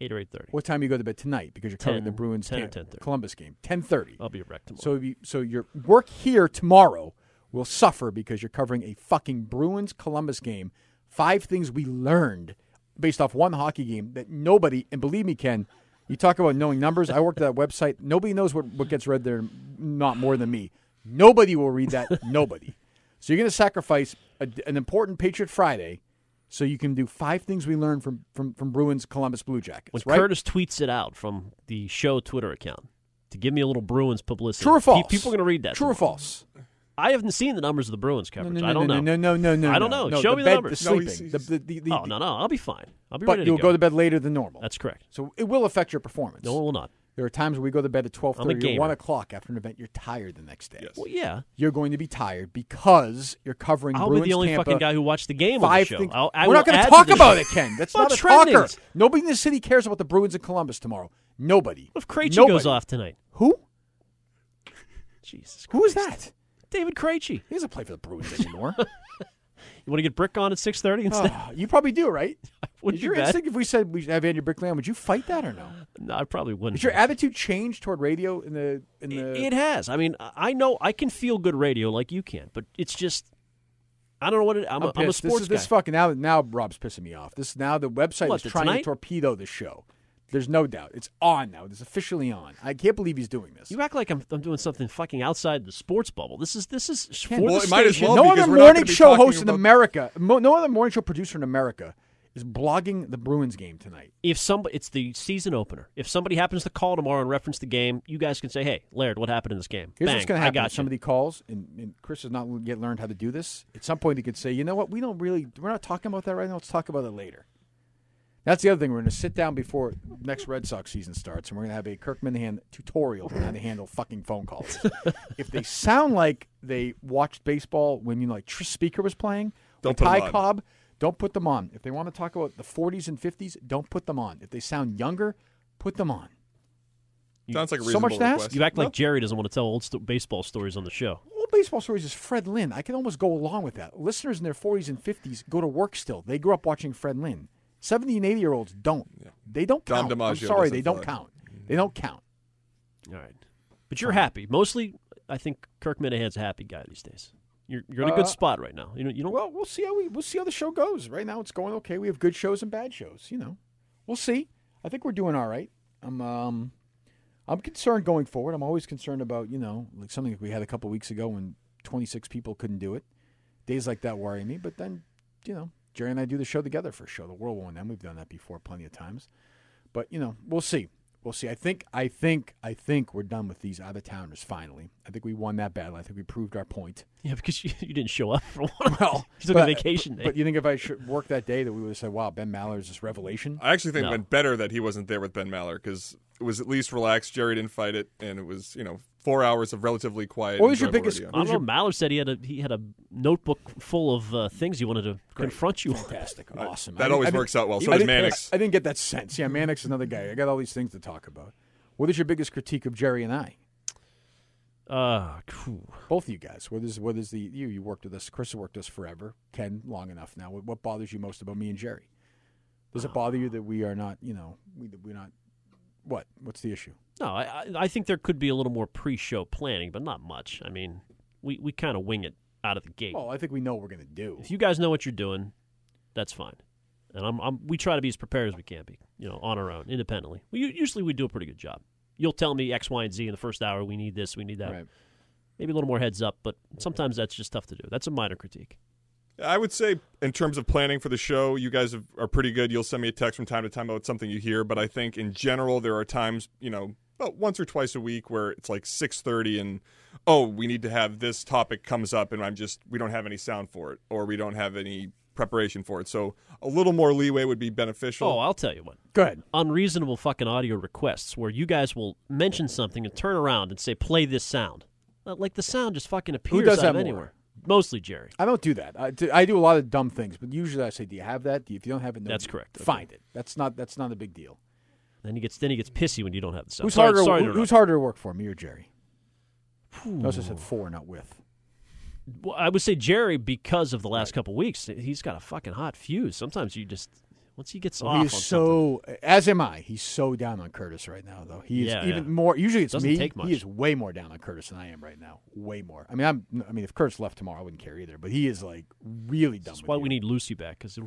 Speaker 3: eight or eight thirty.
Speaker 2: What time do you go to bed tonight because you're covering
Speaker 3: 10,
Speaker 2: the Bruins
Speaker 3: 10 or
Speaker 2: game,
Speaker 3: 10:30.
Speaker 2: Columbus game, 10:30.
Speaker 3: I'll be a wreck Oh, tomorrow.
Speaker 2: So if you, so your work here tomorrow will suffer because you're covering a fucking Bruins Columbus game. Five things we learned based off one hockey game that nobody and believe me, Ken, you talk about knowing numbers. I worked at that website. Nobody knows what, what gets read there, not more than me. Nobody will read that. Nobody. So you're going to sacrifice a, an important Patriot Friday. So you can do five things we learned from from, from Bruins Columbus Blue Jackets,
Speaker 3: when
Speaker 2: right?
Speaker 3: Curtis tweets it out from the show Twitter account to give me a little Bruins publicity,
Speaker 2: True or
Speaker 3: pe-
Speaker 2: false?
Speaker 3: People are going to read that.
Speaker 2: True or
Speaker 3: tomorrow.
Speaker 2: false?
Speaker 3: I haven't seen the numbers of the Bruins coverage. I don't
Speaker 2: no, No,
Speaker 3: know.
Speaker 2: no, no, no.
Speaker 3: I don't
Speaker 2: no.
Speaker 3: know.
Speaker 2: No,
Speaker 3: Show
Speaker 2: the
Speaker 3: me the
Speaker 2: bed,
Speaker 3: numbers.
Speaker 2: The
Speaker 4: No, he's-
Speaker 2: sleeping. the, the, the, the,
Speaker 3: Oh no, no, I'll be fine. I'll be
Speaker 2: But
Speaker 3: ready.
Speaker 2: you'll
Speaker 3: to
Speaker 2: go. to bed later than normal.
Speaker 3: That's correct.
Speaker 2: so it will affect your performance.
Speaker 3: No, it will not.
Speaker 2: There are times where we go to bed at twelve
Speaker 3: I'm a
Speaker 2: thirty or
Speaker 3: gamer.
Speaker 2: one o'clock after an event. You're tired the next day.
Speaker 4: Yes.
Speaker 3: Well, yeah.
Speaker 2: You're going to be tired because you're covering.
Speaker 3: I'll
Speaker 2: Bruins,
Speaker 3: be the only
Speaker 2: Tampa,
Speaker 3: fucking guy who watched the game on the
Speaker 2: Five
Speaker 3: show.
Speaker 2: things.
Speaker 3: I'll, I
Speaker 2: We're
Speaker 3: will
Speaker 2: not going
Speaker 3: add
Speaker 2: to
Speaker 3: to
Speaker 2: talk
Speaker 3: the
Speaker 2: about
Speaker 3: show.
Speaker 2: it, Ken. That's
Speaker 3: Well,
Speaker 2: not a
Speaker 3: trending.
Speaker 2: talker. Nobody in the city cares about the Bruins and Columbus tomorrow. Nobody.
Speaker 3: What if Krejci
Speaker 2: Nobody.
Speaker 3: goes off tonight?
Speaker 2: Who?
Speaker 3: Jesus.
Speaker 2: Who is that?
Speaker 3: David Krejci.
Speaker 2: He doesn't play for the Bruins anymore.
Speaker 3: You want to get Brick on at 6.30 instead?
Speaker 2: Ah, you probably do, right?
Speaker 3: Would
Speaker 2: is
Speaker 3: you
Speaker 2: your
Speaker 3: bet?
Speaker 2: instinct if we said we should have Andrew Bricklayer, would you fight that or no?
Speaker 3: no, I probably wouldn't.
Speaker 2: Has your attitude changed toward radio in the in
Speaker 3: it,
Speaker 2: the?
Speaker 3: it has. I mean, I I know I can feel good radio like you can, but it's just, I don't know what it I'm, a, I'm a
Speaker 2: pissed.
Speaker 3: sports
Speaker 2: this is, This
Speaker 3: guy.
Speaker 2: fucking now now Rob's pissing me off. This now the website
Speaker 3: What,
Speaker 2: is
Speaker 3: the
Speaker 2: trying to
Speaker 3: Tonight?
Speaker 2: torpedo the show. There's no doubt. It's on now. It's officially on. I can't believe he's doing this.
Speaker 3: You act like I'm, I'm doing something fucking outside the sports bubble. This is this is for
Speaker 4: Well,
Speaker 3: the
Speaker 4: it might as
Speaker 3: station.
Speaker 4: well
Speaker 2: no
Speaker 4: because
Speaker 2: other
Speaker 4: we're not
Speaker 2: morning
Speaker 4: gonna be
Speaker 2: show
Speaker 4: talking
Speaker 2: host in
Speaker 4: about-
Speaker 2: America, mo- no other morning show producer in America is blogging the Bruins game tonight.
Speaker 3: If somebody, it's the season opener. If somebody happens to call tomorrow and reference the game, you guys can say, "Hey, Laird, what happened in this game?"
Speaker 2: Here's
Speaker 3: Bang,
Speaker 2: what's going to
Speaker 3: I
Speaker 2: happen:
Speaker 3: got
Speaker 2: if somebody calls, and, and Chris has not yet learned how to do this. At some point, he could say, "You know what? We don't really. We're not talking about that right now. Let's talk about it later." That's the other thing. We're going to sit down before next Red Sox season starts, and we're going to have a Kirk Minahan tutorial on how to handle fucking phone calls. if they sound like they watched baseball when you know, like Tris Speaker was playing,
Speaker 4: Don't
Speaker 2: or
Speaker 4: put 'em
Speaker 2: Ty
Speaker 4: on.
Speaker 2: Cobb, don't put them on. If they want to talk about the 40s and 50s, don't put them on. If they sound younger, put them on.
Speaker 4: Sounds like a
Speaker 2: So much
Speaker 4: reasonable
Speaker 2: to ask?
Speaker 4: request.
Speaker 3: You act
Speaker 2: No.
Speaker 3: like Jerry doesn't want to tell old st- baseball stories on the show.
Speaker 2: Old baseball stories is Fred Lynn. I can almost go along with that. Listeners in their 40s and 50s go to work still. They grew up watching Fred Lynn. 70 and 80 year olds don't. They don't
Speaker 4: Dom
Speaker 2: count. I'm
Speaker 4: DiMaggio
Speaker 2: sorry,
Speaker 4: doesn't
Speaker 2: they don't
Speaker 4: fly.
Speaker 2: count. They don't count.
Speaker 3: All right, but
Speaker 2: Um,
Speaker 3: you're happy. Mostly, I think Kirk Minahan's a happy guy these days. You're you're in a
Speaker 2: Uh,
Speaker 3: good spot right now. You know you don't.
Speaker 2: Well, we'll see how we we'll see how the show goes. Right now, it's going okay. We have good shows and bad shows. You know, we'll see. I think we're doing all right. I'm um, I'm concerned going forward. I'm always concerned about you know like something like we had a couple weeks ago when 26 people couldn't do it. Days like that worry me. But then, you know, Jerry and I do the show together for a show, the World War One. Then we've done that before plenty of times. But you know, we'll see. We'll see. I think, I think, I think we're done with these out of towners finally. I think we won that battle. I think we proved our point.
Speaker 3: yeah, because you, you didn't show up for one.
Speaker 2: Well,
Speaker 3: you took
Speaker 2: Oh, but-
Speaker 3: a vacation day.
Speaker 2: But you think if I should work that day, that we would have said, "Wow, Ben Maller's this revelation."
Speaker 4: I actually think
Speaker 3: No.
Speaker 4: it went better that he wasn't there with Ben Maller because it was at least relaxed. Jerry didn't fight it, and it was you know four hours of relatively quiet.
Speaker 2: What was your
Speaker 4: enjoyable
Speaker 2: biggest-
Speaker 4: radio.
Speaker 3: I don't know. Mallard said he had a he had a notebook full of uh, things he wanted to confront you on.
Speaker 2: Fantastic, awesome.
Speaker 4: that
Speaker 2: I didn't-
Speaker 4: always
Speaker 2: I didn't-
Speaker 4: works out well. So
Speaker 2: I
Speaker 4: does
Speaker 2: didn't-
Speaker 4: Mannix.
Speaker 2: I didn't get that sense. Yeah, Mannix is another guy. I got all these things to talk about. What is your biggest critique of Jerry and I?
Speaker 3: Uh, phew.
Speaker 2: Both of you guys. What is what is the you? You worked with us. Chris worked with us forever. Ken long enough now. What, what bothers you most about me and Jerry? Does it bother you that we are not? You know, we that we're not. What? What's the issue?
Speaker 3: no, I I- I think there could be a little more pre-show planning, but not much. I mean, we we kind of wing it out of the gate.
Speaker 2: Well, I think we know what we're going to do.
Speaker 3: if you guys know what you're doing, that's fine. And I'm, I'm we try to be as prepared as we can be, you know, on our own, independently. We u- usually we do a pretty good job. You'll tell me X, Y, and Z in the first hour. We need this. We need that.
Speaker 2: Right.
Speaker 3: Maybe a little more heads up, but sometimes that's just tough to do. That's a minor critique.
Speaker 4: I would say, in terms of planning for the show, you guys have, are pretty good. You'll send me a text from time to time about something you hear, but I think in general, there are times, you know, about once or twice a week where it's like 6.30 and oh we need to have this topic comes up and i'm just we don't have any sound for it or we don't have any preparation for it so a little more leeway would be beneficial
Speaker 3: Oh, I'll tell you what.
Speaker 2: Go ahead.
Speaker 3: Unreasonable fucking audio requests where you guys will mention something and turn around and say, play this sound. Uh, Like the sound just fucking appears
Speaker 2: does
Speaker 3: out
Speaker 2: that
Speaker 3: of
Speaker 2: more?
Speaker 3: anywhere. Mostly Jerry.
Speaker 2: I don't do that. I do, I do a lot of dumb things, but usually I say, "Do you have that? Do you, if you don't have it, no,
Speaker 3: That's correct. Okay.
Speaker 2: Find it. That's not that's not a big deal.
Speaker 3: Then he gets then he gets pissy when you don't have the sound.
Speaker 2: who's
Speaker 3: sorry,
Speaker 2: harder?
Speaker 3: sorry to
Speaker 2: who- who's
Speaker 3: interrupt.
Speaker 2: harder to work for, me or Jerry? Notice I said for, not with.
Speaker 3: Well, I would say Jerry because of the last couple weeks. He's got a fucking hot fuse. Sometimes you just once he gets
Speaker 2: Well,
Speaker 3: off
Speaker 2: he
Speaker 3: on
Speaker 2: is Oh, so, as am I. He's so down on Curtis right now, though. He is
Speaker 3: Yeah,
Speaker 2: even
Speaker 3: yeah.
Speaker 2: more. Usually, it's
Speaker 3: Doesn't
Speaker 2: me.
Speaker 3: take much.
Speaker 2: He is way more down on Curtis than I am right now. Way more. I mean, I'm. I mean, if Curtis left tomorrow, I wouldn't care either. But he is like really dumb.
Speaker 3: That's why we need Lucy back because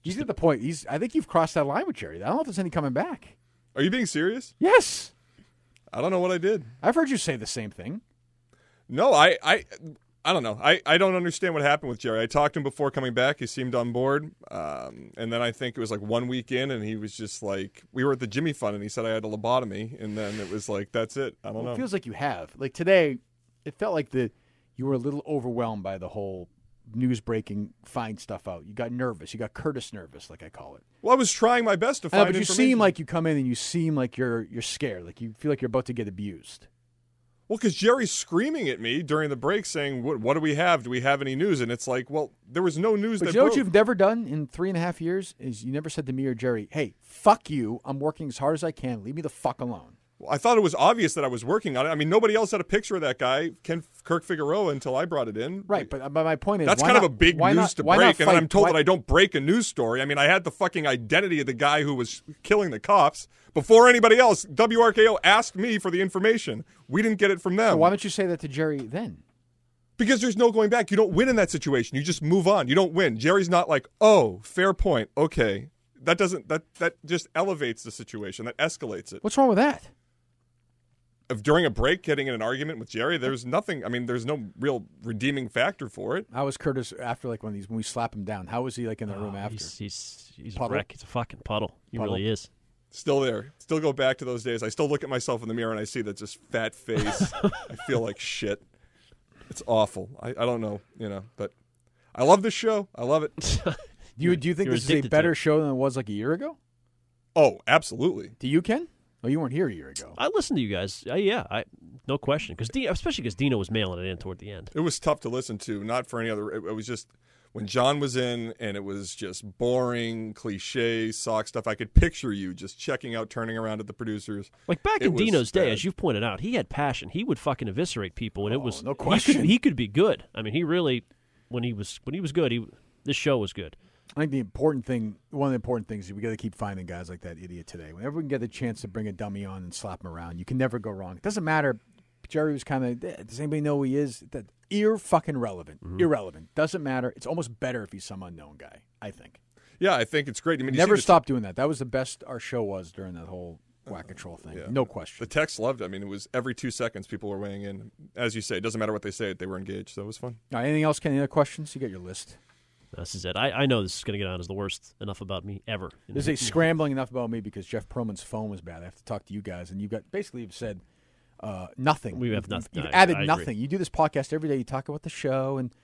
Speaker 2: He's at the point. He's. I think you've crossed that line with Jerry. I don't know if there's any coming back.
Speaker 4: are you being serious
Speaker 2: Yes,
Speaker 4: i don't know what i did
Speaker 2: I've heard you say the same thing.
Speaker 4: No, I, I, I don't know. I, I don't understand what happened with Jerry. I talked to him before coming back. He seemed on board, um, and then I think it was like one week in, and he was just like, we were at the Jimmy Fund, and he said I had a lobotomy, and then it was like, that's it. I don't
Speaker 2: Well,
Speaker 4: know.
Speaker 2: it feels like you have. Like today, it felt like the you were a little overwhelmed by the whole news breaking, find stuff out. You got nervous. You got Curtis nervous, like I call it.
Speaker 4: well, I was trying my best to
Speaker 2: I know,
Speaker 4: find.
Speaker 2: but you
Speaker 4: information.
Speaker 2: seem like you come in and you seem like you're you're scared. Like you feel like you're about to get abused.
Speaker 4: Well, because Jerry's screaming at me during the break, saying, "What, what do we have? Do we have any news?" And it's like, well, there was no news.
Speaker 2: But
Speaker 4: that
Speaker 2: you know what
Speaker 4: broke.
Speaker 2: you've never done in three and a half years is you never said to me or Jerry, "Hey, fuck you. I'm working as hard as I can. Leave me the fuck alone."
Speaker 4: Well, I thought it was obvious that I was working on it. I mean, nobody else had a picture of that guy, Ken Kirk Figueroa, until I brought it in.
Speaker 2: Right, but, but my point is
Speaker 4: That's
Speaker 2: why
Speaker 4: kind of
Speaker 2: not-
Speaker 4: a big
Speaker 2: why
Speaker 4: news
Speaker 2: not-
Speaker 4: to
Speaker 2: why not
Speaker 4: break, and then
Speaker 2: fight-
Speaker 4: I'm told
Speaker 2: why-
Speaker 4: that I don't break a news story. I mean, I had the fucking identity of the guy who was killing the cops before anybody else. WRKO asked me for the information. We didn't get it from them
Speaker 2: Why don't you say that to Jerry then?
Speaker 4: because there's no going back. You don't win in that situation. You just move on. You don't win. Jerry's not like, oh, fair point. Okay, that doesn't that that just elevates the situation. That escalates it.
Speaker 2: What's wrong with that?
Speaker 4: If during a break, getting in an argument with Jerry, there's nothing. I mean, there's no real redeeming factor for it.
Speaker 2: How was Curtis after like one of these when we slap him down? How was he like in the room after?
Speaker 3: Oh, he's he's, he's a
Speaker 2: Puddle.
Speaker 3: wreck. He's a fucking puddle. He
Speaker 2: Puddle.
Speaker 3: really is.
Speaker 4: Still there. Still go back to those days. I still look at myself in the mirror and I see that just fat face. I feel like shit. It's awful. I, I don't know, you know, but I love this show. I love it.
Speaker 2: Do you do you think
Speaker 3: you're
Speaker 2: this is a
Speaker 3: addicted to
Speaker 2: better
Speaker 3: it.
Speaker 2: show than it was like a year ago?
Speaker 4: Oh, absolutely.
Speaker 2: Do you, Ken? Oh, you weren't here a year ago.
Speaker 3: I listen to you guys. Uh, yeah, I no question. Because especially because Dino was mailing it in toward the end.
Speaker 4: It was tough to listen to, not for any other. It, it was just when John was in and it was just boring, cliche, sock stuff. I could picture you just checking out, turning around at the producers.
Speaker 3: Like back
Speaker 4: It
Speaker 3: in
Speaker 4: was
Speaker 3: Dino's day,
Speaker 4: bad.
Speaker 3: as you've pointed out, he had passion. He would fucking eviscerate people, and it
Speaker 2: Oh,
Speaker 3: was
Speaker 2: no
Speaker 3: he could- He
Speaker 2: question.
Speaker 3: could, be good. I mean, he really when he was when he was good, he this show was good.
Speaker 2: I think the important thing, one of the important things, is we got to keep finding guys like that idiot today. Whenever we can get the chance to bring a dummy on and slap him around, you can never go wrong. It doesn't matter. Jerry was kind of. Does anybody know who he is? That ear fucking relevant.
Speaker 3: Mm-hmm.
Speaker 2: Irrelevant. Doesn't matter. It's almost better if he's some unknown guy. I think.
Speaker 4: Yeah, I think it's great. I mean, you see
Speaker 2: Never
Speaker 4: the-
Speaker 2: stop doing that. That was the best our show was during that whole whack a troll thing. No question.
Speaker 4: The text loved. It. I mean, it was every two seconds people were weighing in. As you say, it doesn't matter what they say; they were engaged. So it was fun.
Speaker 2: All right, anything else? Ken? Any other questions? You got your list.
Speaker 3: This is it. I, I know this is going to get on as the worst. Enough about me ever. You know?
Speaker 2: There's a scrambling enough about me because Jeff Perlman's phone was bad. I have to talk to you guys, and you got basically have said uh, nothing.
Speaker 3: We have
Speaker 2: You've-
Speaker 3: nothing.
Speaker 2: You've
Speaker 3: I-
Speaker 2: added
Speaker 3: I agree.
Speaker 2: nothing. You do this podcast every day. You talk about the show, and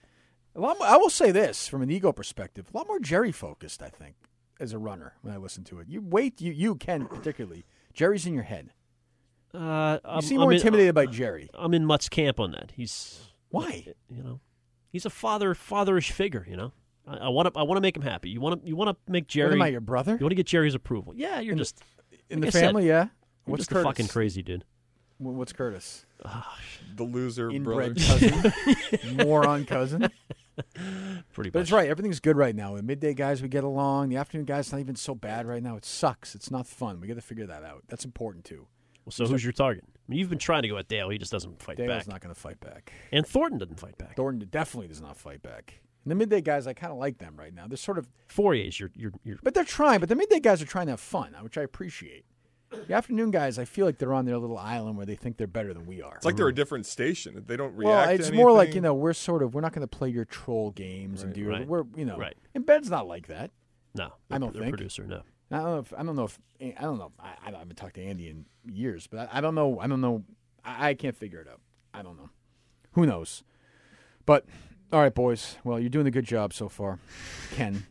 Speaker 2: a lot more, I will say this from an ego perspective: a lot more Jerry focused. I think as a runner, when I listen to it, you wait. You you Ken particularly. Jerry's in your head.
Speaker 3: Uh,
Speaker 2: You
Speaker 3: I'm,
Speaker 2: seem
Speaker 3: I'm
Speaker 2: more
Speaker 3: in- uh,
Speaker 2: intimidated by Jerry.
Speaker 3: I'm in Mutt's camp on that. He's
Speaker 2: Why?
Speaker 3: you know, he's a father fatherish figure. You know, I want to I want to make him happy. You want to you want to make Jerry.
Speaker 2: What am I, your brother?
Speaker 3: You want to get Jerry's approval. Yeah, you're
Speaker 2: In the-
Speaker 3: just
Speaker 2: in
Speaker 3: like
Speaker 2: the
Speaker 3: I said,
Speaker 2: family, yeah.
Speaker 3: you're
Speaker 2: What's
Speaker 3: just a
Speaker 2: Curtis?
Speaker 3: fucking crazy dude.
Speaker 2: Wh- What's Curtis?
Speaker 4: The loser brother.
Speaker 2: Inbred cousin, moron cousin.
Speaker 3: Pretty
Speaker 2: But
Speaker 3: much.
Speaker 2: it's right. Everything's good right now. The midday guys, we get along. The afternoon guys, not even so bad right now. It sucks. It's not fun. We got to figure that out. That's important too.
Speaker 3: Well, so who's your target? I mean, you've been trying to go at Dale. He just doesn't fight
Speaker 2: Dale's
Speaker 3: back.
Speaker 2: not going to fight back.
Speaker 3: And Thornton doesn't fight back.
Speaker 2: Thornton definitely does not fight back. And the midday guys, I kind of like them right now. They're sort of,
Speaker 3: Fourier's your your your.
Speaker 2: but they're trying. But the midday guys are trying to have fun, which I appreciate. The afternoon guys, I feel like they're on their little island where they think they're better than we are.
Speaker 4: It's like they're a different station. They don't
Speaker 2: well,
Speaker 4: react. to
Speaker 2: it's more like you
Speaker 4: anything.
Speaker 2: know we're sort of we're not going to play your troll games and do your
Speaker 3: right.
Speaker 2: we're you know
Speaker 3: Right.
Speaker 2: and Ben's not like that.
Speaker 3: No,
Speaker 2: I don't
Speaker 3: their
Speaker 2: think.
Speaker 3: producer. No,
Speaker 2: And I don't know. If, I don't know if I don't know. I, I haven't talked to Andy in years, but I, I don't know. I don't know. I, I can't figure it out. I don't know. Who knows? But all right, boys. Well, you're doing a good job so far. Ken,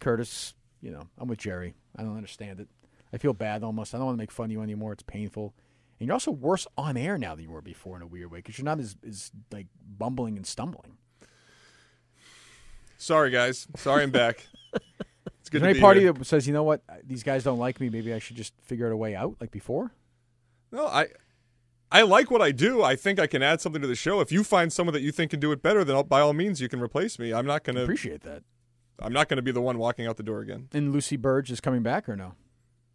Speaker 2: Curtis. You know, I'm with Jerry. I don't understand it. I feel bad almost. I don't want to make fun of you anymore. It's painful. And you're also worse on air now than you were before in a weird way because you're not as, as like bumbling and stumbling.
Speaker 4: Sorry, guys. Sorry, I'm back. It's good
Speaker 2: Is there
Speaker 4: to be
Speaker 2: any party
Speaker 4: here.
Speaker 2: that says, you know what, these guys don't like me. Maybe I should just figure out a way out like before?
Speaker 4: No, I I like what I do. I think I can add something to the show. If you find someone that you think can do it better, then I'll- by all means you can replace me. I'm not gonna
Speaker 2: Appreciate that.
Speaker 4: I'm not gonna be the one walking out the door again.
Speaker 2: And Lucy Burge is coming back or no?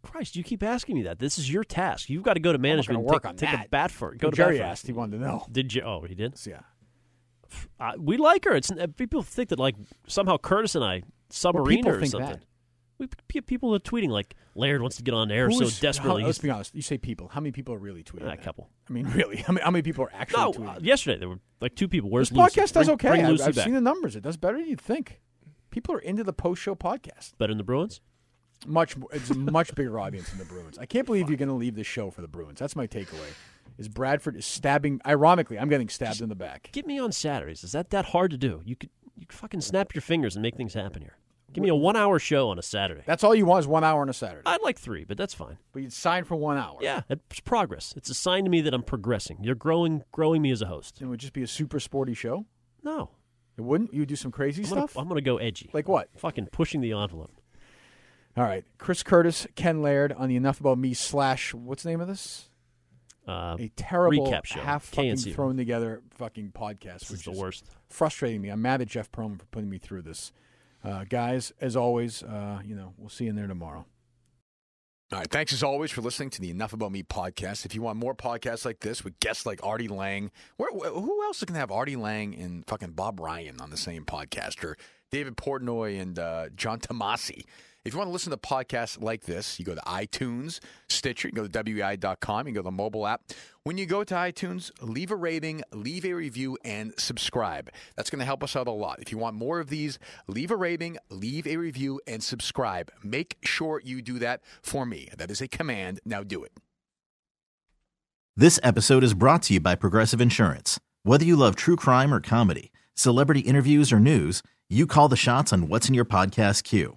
Speaker 3: Christ, you keep asking me that. This is your task. You've got to go to
Speaker 2: gonna
Speaker 3: management. and
Speaker 2: work
Speaker 3: take,
Speaker 2: on
Speaker 3: take a
Speaker 2: that.
Speaker 3: bat for it. Go to
Speaker 2: Jerry
Speaker 3: bat for it.
Speaker 2: asked. He wanted to know.
Speaker 3: Did you? Oh, he did.
Speaker 2: So, yeah.
Speaker 3: Uh, we like her. It's uh, people think that like somehow Curtis and I
Speaker 2: Well,
Speaker 3: submarine
Speaker 2: people
Speaker 3: her or
Speaker 2: think
Speaker 3: something.
Speaker 2: that.
Speaker 3: We p- people are tweeting like Laird wants to get on air
Speaker 2: Who
Speaker 3: so
Speaker 2: is-
Speaker 3: desperately.
Speaker 2: How,
Speaker 3: He's-
Speaker 2: let's be honest. You say people. How many people are really tweeting?
Speaker 3: Ah, a
Speaker 2: that?
Speaker 3: couple.
Speaker 2: I mean, really? How many, how many people are actually
Speaker 3: No,
Speaker 2: tweeting?
Speaker 3: uh,
Speaker 2: that?
Speaker 3: yesterday there were like two people. Where's
Speaker 2: this
Speaker 3: Lucy?
Speaker 2: podcast does
Speaker 3: Bring-
Speaker 2: okay.
Speaker 3: Bring
Speaker 2: I've,
Speaker 3: Lucy
Speaker 2: I've
Speaker 3: back.
Speaker 2: seen the numbers. It does better than you'd think. People are into the post-show podcast.
Speaker 3: Better than the Bruins.
Speaker 2: Much, mo- it's a much bigger audience than the Bruins. I can't believe you're going to leave the show for the Bruins. That's my takeaway. Is Bradford is stabbing? Ironically, I'm getting stabbed in the back.
Speaker 3: Get me on Saturdays. Is that that hard to do? You could you could fucking snap your fingers and make things happen here. Give me a one hour show on a Saturday.
Speaker 2: That's all you want is one hour on a Saturday.
Speaker 3: I'd like three, but that's fine.
Speaker 2: but you'd sign for one hour.
Speaker 3: Yeah, it's progress. It's a sign to me that I'm progressing. You're growing, growing me as a host.
Speaker 2: It would just be a super sporty show.
Speaker 3: No,
Speaker 2: It wouldn't. You would do some crazy
Speaker 3: I'm gonna,
Speaker 2: stuff.
Speaker 3: I'm gonna go edgy.
Speaker 2: like what?
Speaker 3: fucking pushing the envelope.
Speaker 2: All right. Chris Curtis, Ken Laird on the Enough About Me slash, what's the name of this?
Speaker 3: Uh,
Speaker 2: A terrible
Speaker 3: recap show.
Speaker 2: half fucking
Speaker 3: KNC.
Speaker 2: thrown together fucking podcast,
Speaker 3: This
Speaker 2: which
Speaker 3: is the worst.
Speaker 2: frustrating me. I'm mad at Jeff Perlman for putting me through this. Uh, guys, as always, uh, you know, we'll see you in there tomorrow. All right. Thanks as always for listening to the Enough About Me podcast. If you want more podcasts like this with guests like Artie Lang, where, wh- who else can have Artie Lang and fucking Bob Ryan on the same podcast or David Portnoy and uh, John Tomasi? If you want to listen to podcasts like this, you go to iTunes, Stitcher, you go to E WEI.com, you go to the mobile app. When you go to iTunes, leave a rating, leave a review, and subscribe. That's going to help us out a lot. If you want more of these, leave a rating, leave a review, and subscribe. Make sure you do that for me. That is a command. Now do it.
Speaker 6: This episode is brought to you by Progressive Insurance. Whether you love true crime or comedy, celebrity interviews or news, you call the shots on what's in your podcast queue.